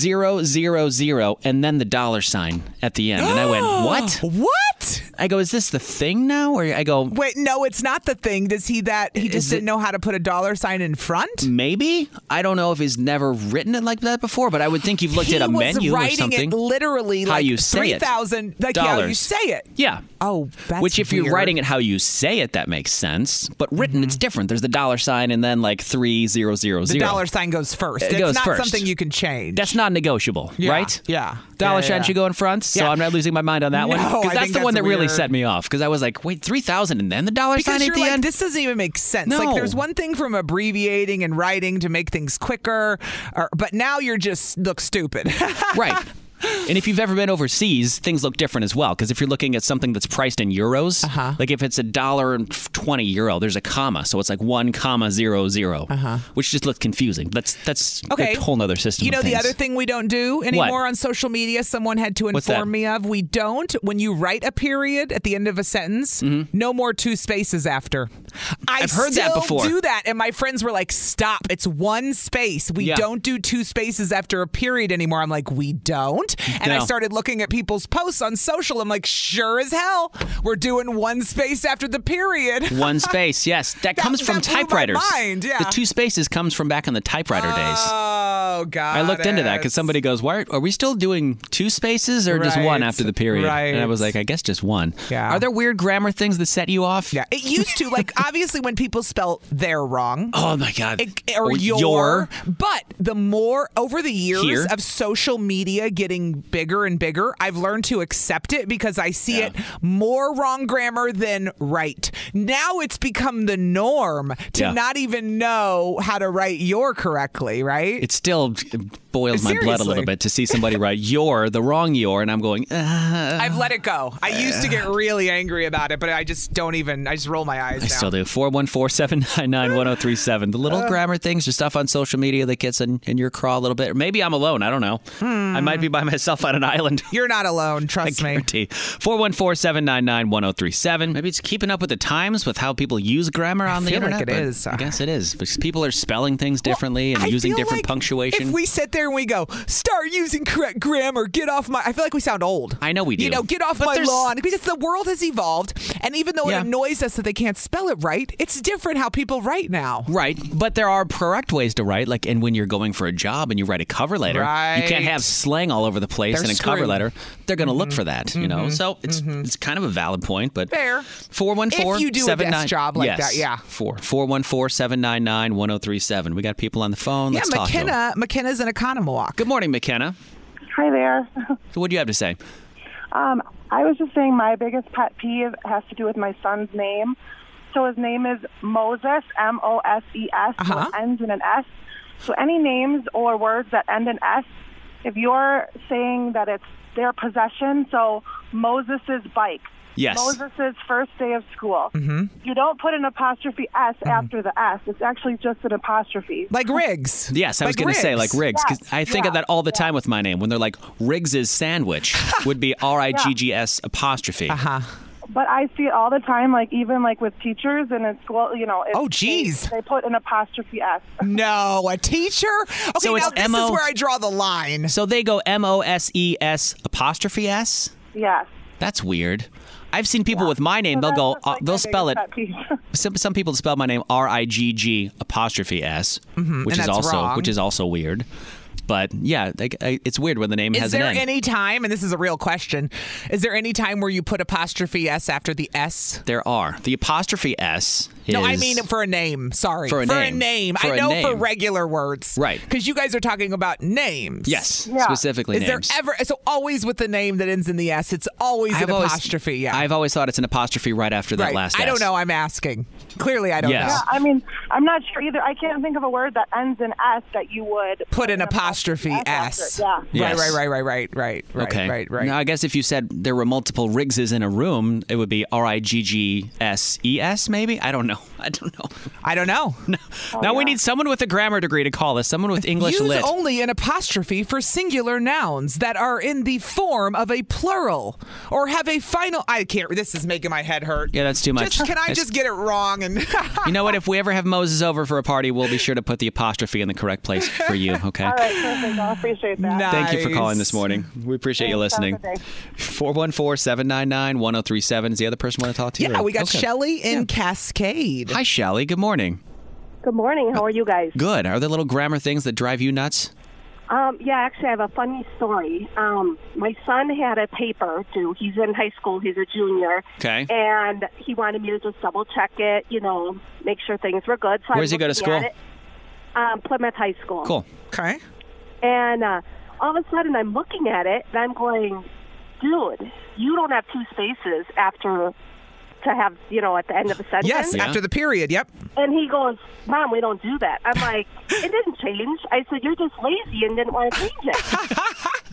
D: 3000 and then the dollar sign at the end. And I went, What?
C: What?
D: I go, Is this the thing now? Or I go,
C: Wait, no, it's not the thing. Does he that he just didn't know how to put a dollar sign in front?
D: Maybe I don't know if he's never written it like that before, but I would think you've looked
C: he
D: at a
C: was
D: menu or
C: writing
D: something.
C: It literally,
D: How
C: like
D: you say
C: three
D: it.
C: thousand, like how you
D: Dollars.
C: say it.
D: Yeah.
C: Oh, that's
D: Which, if
C: weird. Mm-hmm.
D: you're writing it how you say it, that makes sense. But written, it's different. There's the dollar sign and then like three zero zero
C: the
D: zero.
C: dollar sign goes first.
D: It
C: it's
D: goes
C: not
D: first.
C: something you can change.
D: That's not negotiable,
C: Yeah,
D: right?
C: Yeah.
D: Dollar
C: Yeah,
D: sign
C: yeah.
D: should go in front. So
C: Yeah.
D: I'm not losing my mind on that one
C: No, I
D: because that's
C: think
D: the one
C: that's
D: that really
C: weird.
D: set me off because I was like, wait, three thousand and then the dollar
C: because
D: sign at
C: you're
D: the
C: like,
D: end.
C: This doesn't even make sense. Like
D: No.
C: there's one thing from abbreviating and writing to make things quicker, or, but now you're just look stupid.
D: right. And if you've ever been overseas, things look different as well. Because if you're looking at something that's priced in euros,
C: Uh-huh.
D: like if it's a dollar and f- twenty euro, there's a comma, so it's like one comma zero zero, which just looks confusing. That's that's
C: Uh-huh. Okay.
D: a whole nother system.
C: You
D: of
C: know the
D: things.
C: other thing we don't do anymore on social media. Someone had to
D: What's that?
C: inform me of. We don't when you write a period at the end of a sentence. No more two spaces after. I
D: Mm-hmm. I've heard that
C: still
D: before.
C: Do that, and my friends were like, "Stop! It's one space. We
D: Yeah.
C: don't do two spaces after a period anymore." I'm like, "We don't." And I
D: No.
C: started looking at people's posts on social. I'm like, "Sure as hell, we're doing one space after the period."
D: One space, yes. That, comes from
C: blew my
D: typewriters.
C: mind, yeah.
D: The two spaces comes from back in the typewriter days.
C: Oh God!
D: I looked into that because somebody goes, "Why are, are we still doing two spaces or just one
C: Right,
D: after the period?" And I was
C: right.
D: like, "I guess just one." Are there weird grammar things that set you off? Yeah.
C: It used to, like, obviously when people spell their wrong.
D: Oh my God.
C: It, or,
D: Or
C: your,
D: your.
C: But the more over the years
D: Here.
C: of social media getting bigger and bigger, I've learned to accept it because I see it more wrong grammar than right. Now it's become the norm to
D: Yeah.
C: not even know how to write your correctly, right?
D: It still boils my blood a
C: Seriously.
D: little bit to see somebody write "your" the wrong "your," and I'm going, "Uh."
C: I've let it go. I used to get really angry about it, but I just don't even. I just roll my eyes.
D: I still do. 414 799 1037. The
C: Uh.
D: little grammar things or stuff on social media that gets in, in your craw a little bit. Or maybe I'm alone. I don't know. I might be by myself on an island.
C: You're not alone. Trust
D: I guarantee. 414 799 1037. Maybe it's keeping up with the times with how people use grammar on the
C: feel like
D: internet.
C: it
D: but
C: is.
D: I guess it is. Because people are spelling things differently and
C: I
D: using
C: feel
D: different
C: like
D: punctuation.
C: If we sit there and we go, start using correct grammar, get off my. I feel like we sound old.
D: I know we do.
C: You know, get off
D: But
C: my
D: there's-
C: lawn because the world has evolved, and even though
D: Yeah.
C: it annoys us that they can't spell it right, it's different how people write now.
D: Right, but there are correct ways to write. Like, and when you're going for a job and you write a cover letter, you
C: Right.
D: can't have slang all over the place
C: They're
D: in a cover
C: screwed. Mm-hmm.
D: letter. They're going to look for that, you know. So it's it's kind of a valid point, but
C: Fair.
D: Four one four.
C: If you do a desk job like that, yeah.
D: Four four one four seven nine oh nine one zero three seven. We got people on the phone. Let's
C: yeah,
D: talk to 'em.
C: McKenna. McKenna's an economo.
D: Good morning, McKenna.
M: Hi there.
D: So what do you have to say?
M: Um, I was just saying my biggest pet peeve has to do with my son's name. So his name is Moses, M O S E S, so
C: Uh-huh.
M: it ends in an S. So any names or words that end in S, if you're saying that it's their possession, so Moses's bike.
N: Yes.
M: Moses's first day of school.
C: Mm-hmm.
N: Mhm.
M: You don't put an apostrophe S after the S. It's actually just an apostrophe.
C: Like Riggs.
D: Yes, I was going to say like Riggs because I think of that all the time with my name when they're like Riggs's sandwich would be R I G G S apostrophe. Uh-huh.
M: But I see it all the time, like even like with teachers and in school, you know. It's,
C: Oh, geez.
M: They, they put an apostrophe S.
C: No, a teacher. Okay,
D: so it's
C: now this
D: M-O-
C: is where I draw the line.
D: So they go M O S E S apostrophe S.
M: Yes.
D: That's weird. I've seen people with my name. they'll go. uh, they'll spell it. Some some people spell my name R I G G apostrophe S,
C: Mhm, and
D: which is
C: that's
D: also
C: wrong.
D: which is also weird. But yeah, like, I- it's weird when the name
C: Is
D: has
C: there
D: an N.
C: any time, and this is a real question, is there any time where you put apostrophe S after the S?
D: there are the apostrophe S. Is,
C: no, I mean for a name. Sorry.
D: For a name. For
C: I
D: a
C: know for
D: name.
C: regular words.
D: Right.
C: Because you guys are talking about names.
D: Yes, Yeah. specifically
C: Is
D: names.
C: there ever, so always with the name that ends in the S, it's always
D: I've
C: an
D: always-
C: apostrophe. yeah.
D: I've always thought it's an apostrophe right after that
C: right.
D: last.
C: I
D: S.
C: don't know. I'm asking. Clearly, I don't
D: Yes.
C: know.
M: Yeah, I mean, I'm not sure either. I can't think of a word that ends in S that you would
C: Put an apostrophe
M: after
C: S.
M: it, yeah.
D: Yes.
C: Right, right, right, right, right, right, right,
D: okay.
C: right, right.
D: Now, I guess if you said there were multiple Riggses in a room, it would be R I G G S E S, maybe? I don't know. I don't know.
C: I don't know.
D: No. now we need someone with a grammar degree to call us, someone with English
C: Oh, Use
D: lit.
C: only an apostrophe for singular nouns that are in the form of a plural or have a final. I can't. This is making my head hurt.
D: yeah, that's too much.
C: Just, can I
D: That's-
C: just get it wrong? And
D: You know what? If we ever have Moses over for a party, we'll be sure to put the apostrophe in the correct place for you, okay?
M: All right, perfect. I appreciate that.
D: Thank you for calling this morning. We appreciate you
M: Thanks. Have a
D: listening.
M: good day.
D: 414 799 1037 is the other person want to talk to you?
C: yeah, we got
D: Okay.
C: Shelly in Cascade.
D: Hi, Shelly. Good morning.
O: Good morning. How are you guys?
D: Good. Are there little grammar things that drive you nuts?
O: Um, yeah, actually, I have a funny story. Um, my son had a paper due. He's in high school. He's a junior.
D: Okay.
C: Eh.
O: And he wanted me to just double check it, you know, make sure things were good. So I
D: Where does he go to
O: looked at
D: school?
O: it. Um, Plymouth High School.
D: Cool.
C: Okay.
O: And uh, all of a sudden, I'm looking at it and I'm going, dude, you don't have two spaces after to have, you know, at the end of a sentence.
C: Yes, after the period. Yep.
O: And he goes, Mom, we don't do that. I'm like, It didn't change. I said, You're just lazy and didn't want to change it.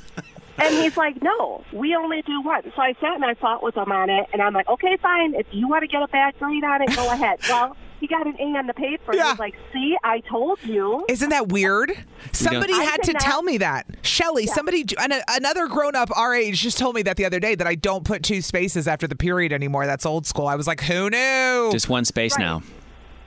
O: and he's like, No, we only do one. So I sat and I fought with him on it. And I'm like, Okay, fine. If you want to get a bad grade on it, go ahead. Well, he got an A on the paper. Yeah. He's like, See, I told you.
C: Isn't that weird? Somebody
O: I
C: had to
O: did not-
C: tell me that. Shelly, somebody, an, another grown up our age just told me that the other day that I don't put two spaces after the period anymore. That's old school. I was like, who knew?
D: Just one space now.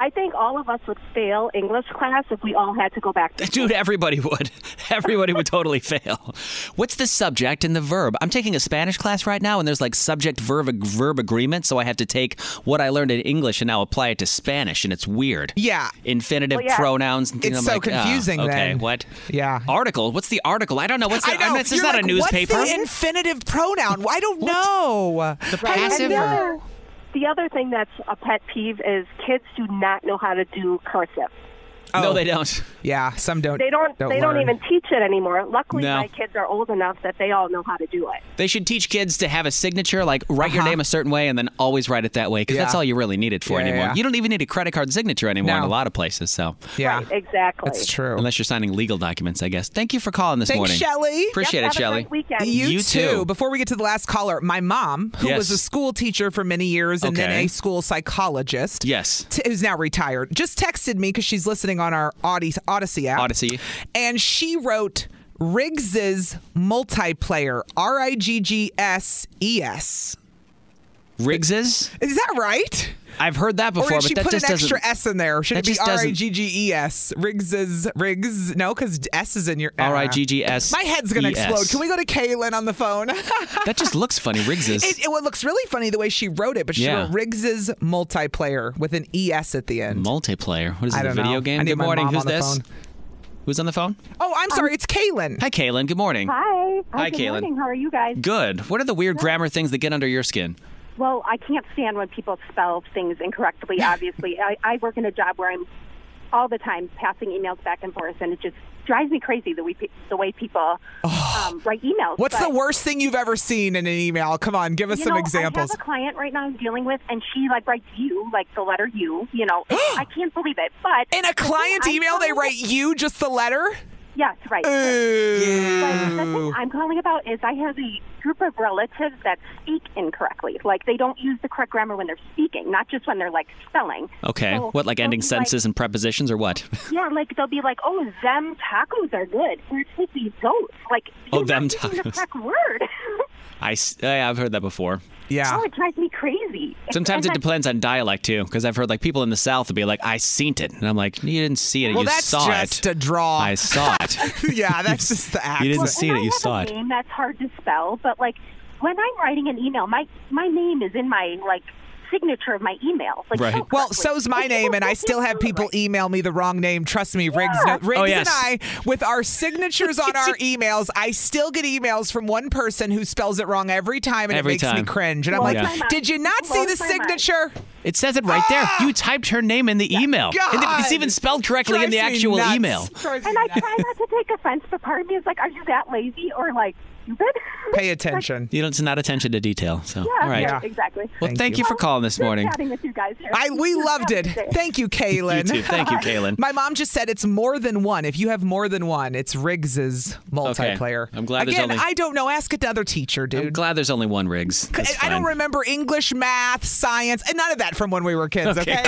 O: I think all of us would fail English class if we all had to go back to
D: Dude, everybody would. Everybody would totally fail. What's the subject and the verb? I'm taking a Spanish class right now, and there's like subject verb verb agreement, so I have to take what I learned in English and now apply it to Spanish, and it's weird.
C: Yeah.
D: Infinitive
C: Well, yeah.
D: pronouns. And things.
C: It's
D: I'm
C: so
D: like, ah,
C: confusing
D: okay,
C: then.
D: what?
C: Yeah.
D: Article. What's the article? I don't know. What's the,
C: I know.
D: mean, it's
C: You're
D: not
C: like,
D: a newspaper.
C: What's the infinitive pronoun? I don't know. The
O: And the, other, the other thing that's a pet peeve is kids do not know how to do cursive.
D: No, they don't.
C: Yeah, some don't.
O: They don't. they don't
D: learn.
O: even teach it anymore. Luckily,
D: No.
O: my kids are old enough that they all know how to do it.
D: They should teach kids to have a signature, like write your name a certain way and then always write it that way, because that's
C: Uh-huh. Yeah.
D: all you really need it for
C: Yeah,
D: anymore.
C: yeah.
D: You don't even need a credit card signature anymore in
C: No.
D: a lot of places. So
C: Yeah.
O: Exactly.
D: That's true. Unless you're signing legal documents, I guess. Thank you for calling this
C: Thanks,
D: morning.
C: Shelly.
D: Appreciate it, Shelly.
C: You,
D: You
C: too.
D: too.
C: Before we get to the last caller, my mom, who
D: Yes.
C: was a school teacher for many years and then
D: Okay.
C: a school psychologist,
D: Yes.
C: t- who's now retired, just texted me because she's listening on our Audi- Odyssey app.
D: Odyssey.
C: And she wrote Riggs's multiplayer, R I G G S E S.
D: Riggs's?
C: Is that right?
D: I've heard that before,
C: or did
D: but
C: she
D: that
C: put
D: just
C: an extra
D: doesn't-
C: S in there? Should it
D: that
C: be
D: just
C: R
D: doesn't-
C: I G G E S? Riggs's Riggs? No, because S is in your I don't know.
D: R-I-G-G-S-E-S.
C: My head's
D: E
C: gonna explode. Can we go to Kaylin on the phone?
D: That just looks funny. Riggs's.
C: It, it looks really funny the way she wrote it, but she
D: Yeah.
C: wrote Riggs's multiplayer with an ES at the end.
D: Multiplayer. What is
C: I
D: it, a
C: don't
D: video
C: know.
D: game?
C: I need
D: Good
C: my
D: morning.
C: mom
D: Who's
C: on the
D: this?
C: phone.
D: Who's on the phone?
C: Oh,
K: Um,
C: I'm sorry. It's Kaylin.
D: Hi, Kaylin. Good morning.
P: Hi.
D: Hi,
P: good
D: Kaylin.
P: morning. How are you guys?
D: Good. What are the weird grammar things that get under your skin?
P: Well, I can't stand when people spell things incorrectly, obviously. I, I work in a job where I'm
K: all the time passing emails back and forth, and it just drives me crazy the way pe- the way people um, write emails.
C: Oh. What's
K: But,
C: the worst thing you've ever seen in an email? Come on, give us
K: you
C: some
K: know,
C: examples.
K: I have a client right now I'm dealing with, and she like writes you like the letter U. You know, I can't believe it. But
C: in a client email, they write you, just the letter?
K: Yes, right. But the thing I'm calling about is I have a group of relatives that speak incorrectly. Like they don't use the correct grammar when they're speaking, not just when they're like spelling.
D: Okay.
K: So
D: what, like
K: they'll
D: ending
K: be
D: sentences and prepositions or what?
K: Yeah, like they'll be like, "Oh, them tacos are good," or it's supposed to be those. Like
D: Oh,
K: you're
D: them
K: not using the
D: tacos.
K: correct word.
D: I, s- yeah, I've heard that before.
K: oh, it drives me crazy.
D: Sometimes it
K: And then-
D: depends on dialect too, because I've heard like people in the South will be like, "I seen it," and I'm like, "You didn't see it.
C: Well,
D: you
C: that's
D: saw
C: just
D: it.
C: a draw.
D: I saw it.
C: yeah, that's just the act.
D: You didn't
K: Well,
D: see
K: and
D: it.
K: I
D: You
K: have
D: saw
K: a
D: it.
K: Name that's hard to spell, but like when I'm writing an email, my my name is in my like signature of my email. Like,
D: Right.
C: Well, so's my name, and I still have people email me the wrong name. Trust me, Riggs, no, Riggs
D: Oh, yes.
C: and I, with our signatures on our emails, I still get emails from one person who spells it wrong every time, and
D: Every
C: it makes me
D: time.
C: cringe. And I'm
D: Blows
C: like,
D: my mind.
C: did you not see the
K: Blows my mind.
C: signature?
D: It says it right there. You typed her name in the email, and it- it's
C: Ah! God.
D: even spelled correctly in the
C: Drives me
D: actual
C: nuts.
D: email.
K: and I try not to take offense, but part of me is like, are you that lazy or like stupid?
C: Pay attention.
D: You know, it's not attention to detail. So,
K: yeah,
D: all right.
K: yeah, exactly.
D: Well, thank, you for calling this morning.
K: Chatting with you guys here.
C: I we
K: Have a
C: loved it.
K: good day.
C: Thank you, Kaylin.
D: You too. Thank you, Kaylin.
C: My mom just said it's more than one. If you have more than one, it's Riggs's multiplayer.
D: I'm glad there's
C: Again,
D: only-
C: I don't know. Ask another teacher, dude.
D: I'm glad there's only one Riggs. That's
C: I don't
D: fine.
C: remember English, math, science, and none of that from when we were kids. Okay.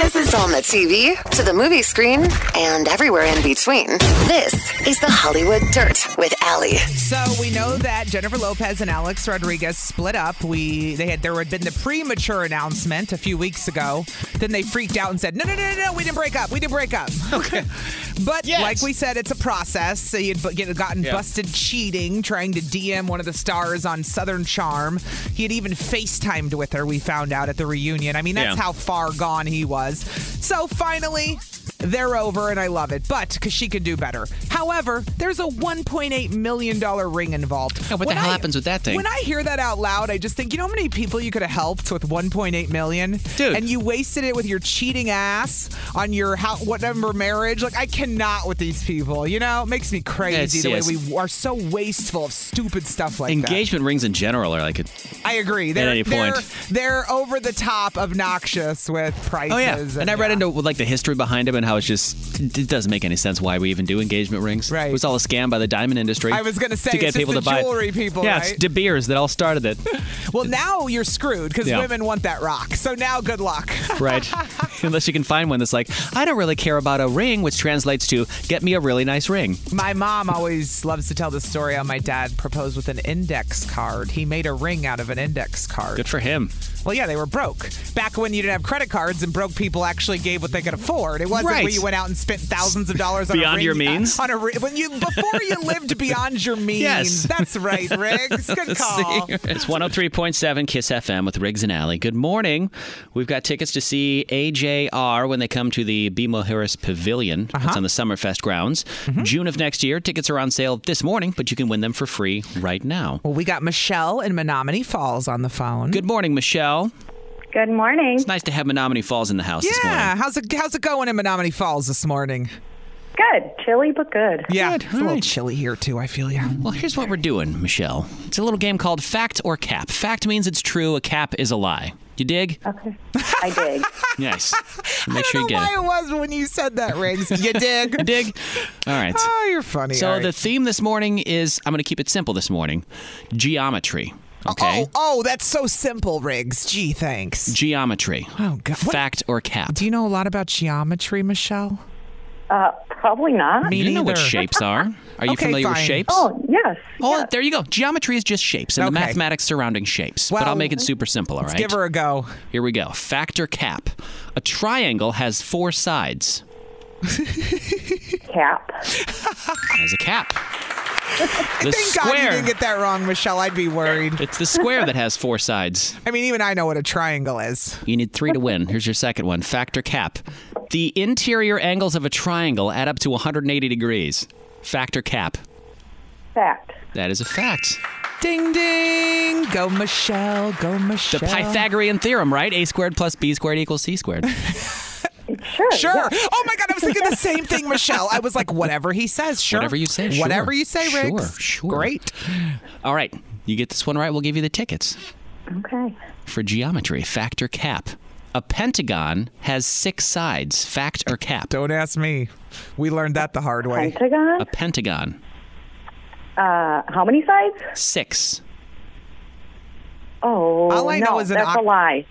B: This is on the TV, to the movie screen, and everywhere in between. This is the Hollywood Dirt with Allie.
C: So we know that Jennifer Lopez and Alex Rodriguez split up. We they had there had been the premature announcement a few weeks ago. Then they freaked out and said, "No, no, no, no, no we didn't break up. We didn't break up." Okay. but like we said, it's a process. So you'd bu- get gotten
D: Yeah.
C: busted cheating, trying to DM one of the stars on Southern Charm. He had even FaceTimed with her. We found out at the reunion. I mean, that's
D: Yeah.
C: how far gone he was. So finally, they're over, and I love it. But because she could do better. However, there's a 1.8 million dollar ring involved.
D: what the
C: When
D: hell happens with that thing?
C: When I hear that out loud, I just think, you know how many people you could have helped with 1.8 million, dude, and you wasted it with your cheating ass on your how, whatever marriage. Like I cannot with these people. You know, it makes me crazy
D: Yes,
C: the
D: yes.
C: way we are so wasteful of stupid stuff like that.
D: Engagement rings in general are like a
C: I agree. They're,
D: any point.
C: They're, they're over the top obnoxious with prices.
D: Oh yeah, and, I read into like the history behind him and how it's just it doesn't make any sense why we even do engagement rings. Right, it was all a scam by the diamond industry.
C: I was gonna say,
D: to get
C: it's just
D: people
C: the
D: to buy
C: jewelry
D: it.
C: people,
D: Yeah,
C: right?
D: it's De Beers that all started it.
C: Well, now you're screwed because
D: Yeah.
C: women want that rock. So now good luck.
D: right, unless you can find one that's like I don't really care about a ring, which translates to get me a really nice ring.
C: My mom always loves to tell the story how my dad proposed with an index card. He made a ring out of an index card.
D: Good for him.
C: Well, yeah, they were broke. Back when you didn't have credit cards and broke people actually gave what they could afford. It wasn't where
D: Right.
C: you went out and spent thousands of dollars on a
D: Beyond
C: ring,
D: your means?
C: On a ri- when you before you lived beyond your means.
D: Yes.
C: That's right, Riggs. Good call.
D: it's 103.7 Kiss FM with Riggs and Alley. Good morning. We've got tickets to see AJR when they come to the BMO Harris Pavilion. It's
C: Uh-huh.
D: on the Summerfest grounds.
C: Mm-hmm.
D: June of next year. Tickets are on sale this morning, but you can win them for free right now.
C: Well, we got Michelle in Menominee Falls on the phone.
D: Good morning, Michelle.
C: Good morning.
D: It's nice to have Menominee Falls in the house this morning.
C: Yeah, how's it how's it going in Menominee Falls this morning?
N: Good. Chilly, but good.
C: Yeah, it's a little chilly here too. I feel you.
D: Well, here's what we're doing, Michelle. It's a little game called Fact or Cap. Fact means it's true, a cap is a lie. You dig? Okay.
N: I dig.
D: Nice. Make sure you get it.
C: Why it was when you said that, Riggs? You dig?
D: You dig? All right.
C: Oh, you're funny.
D: So
C: All right.
D: the theme this morning is I'm going to keep it simple this morning. Geometry. Okay.
C: Oh, that's so simple, Riggs. Gee, thanks.
D: Geometry.
C: Oh God. What-
D: Fact or cap?
C: Do you know a lot about geometry, Michelle?
N: Uh, probably not.
D: you know what shapes are. Are you
C: Okay,
D: familiar with
C: fine.
D: shapes?
N: Oh, yes.
D: Oh, there you go. Geometry is just shapes and the mathematics surrounding shapes. but I'll make it super simple, all right?
C: Let's give her a go.
D: Here we go. Fact or cap? A triangle has four sides.
N: Cap.
D: Has a cap. The
C: Thank God you
D: square.
C: didn't get that wrong, Michelle. I'd be worried.
D: It's the square that has four sides.
C: I mean, even I know what a triangle is.
D: You need three to win. Here's your second one. Factor cap. The interior angles of a triangle add up to 180 degrees. Factor cap.
N: Fact.
D: That is a fact.
C: Ding ding. Go Michelle. Go Michelle.
D: The Pythagorean theorem, right? A squared plus B squared equals C squared.
N: Sure.
C: Sure.
N: yeah.
C: Oh my God, I was thinking the same thing, Michelle. I was like, whatever he says, sure.
D: Whatever you say, sure.
C: Whatever you say,
D: Sure,
C: Riggs.
D: sure.
C: Great.
D: All right. You get this one right, we'll give you the tickets.
N: Okay.
D: For geometry, fact or cap? A pentagon has six sides, fact or cap?
C: Don't ask me. We learned that the hard way.
N: Pentagon?
D: A pentagon,
N: Uh, how many sides?
D: six.
N: Oh,
C: All I
N: no,
C: know is an
N: that's
C: op-
N: a lie.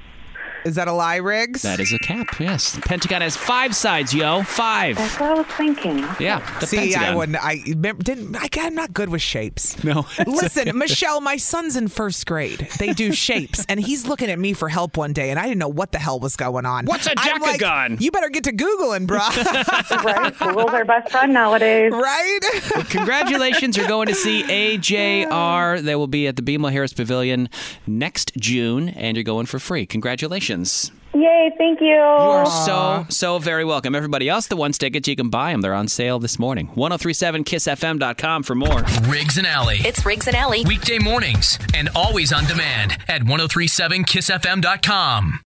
C: Is that a lie, Riggs?
D: That is a cap, yes. The pentagon has five sides, yo. Five.
N: That's what I was thinking.
D: Yeah. The
C: See,
D: pentagon.
C: I wouldn't. I remem- didn't. I, I'm not good with shapes.
D: No.
C: Listen, Michelle, my son's in first grade. They do shapes, and he's looking at me for help one day, and I didn't know what the hell was going on.
D: What's a
C: I'm like,
D: jacagon?
C: you better get to Googling, bruh.
N: right? Google's our best friend nowadays.
C: right?
D: Congratulations, you're going to see AJR. They will be at the Beamla Harris Pavilion next June, and you're going for free. Congratulations.
N: Yay, thank you. You
D: are So, so very welcome. Everybody else that wants tickets, you can buy them. They're on sale this morning. 1037kissfm.com for more.
A: Riggs and Alley.
B: It's Riggs and Alley.
A: oh Weekday mornings and always on demand at 1037kissfm.com.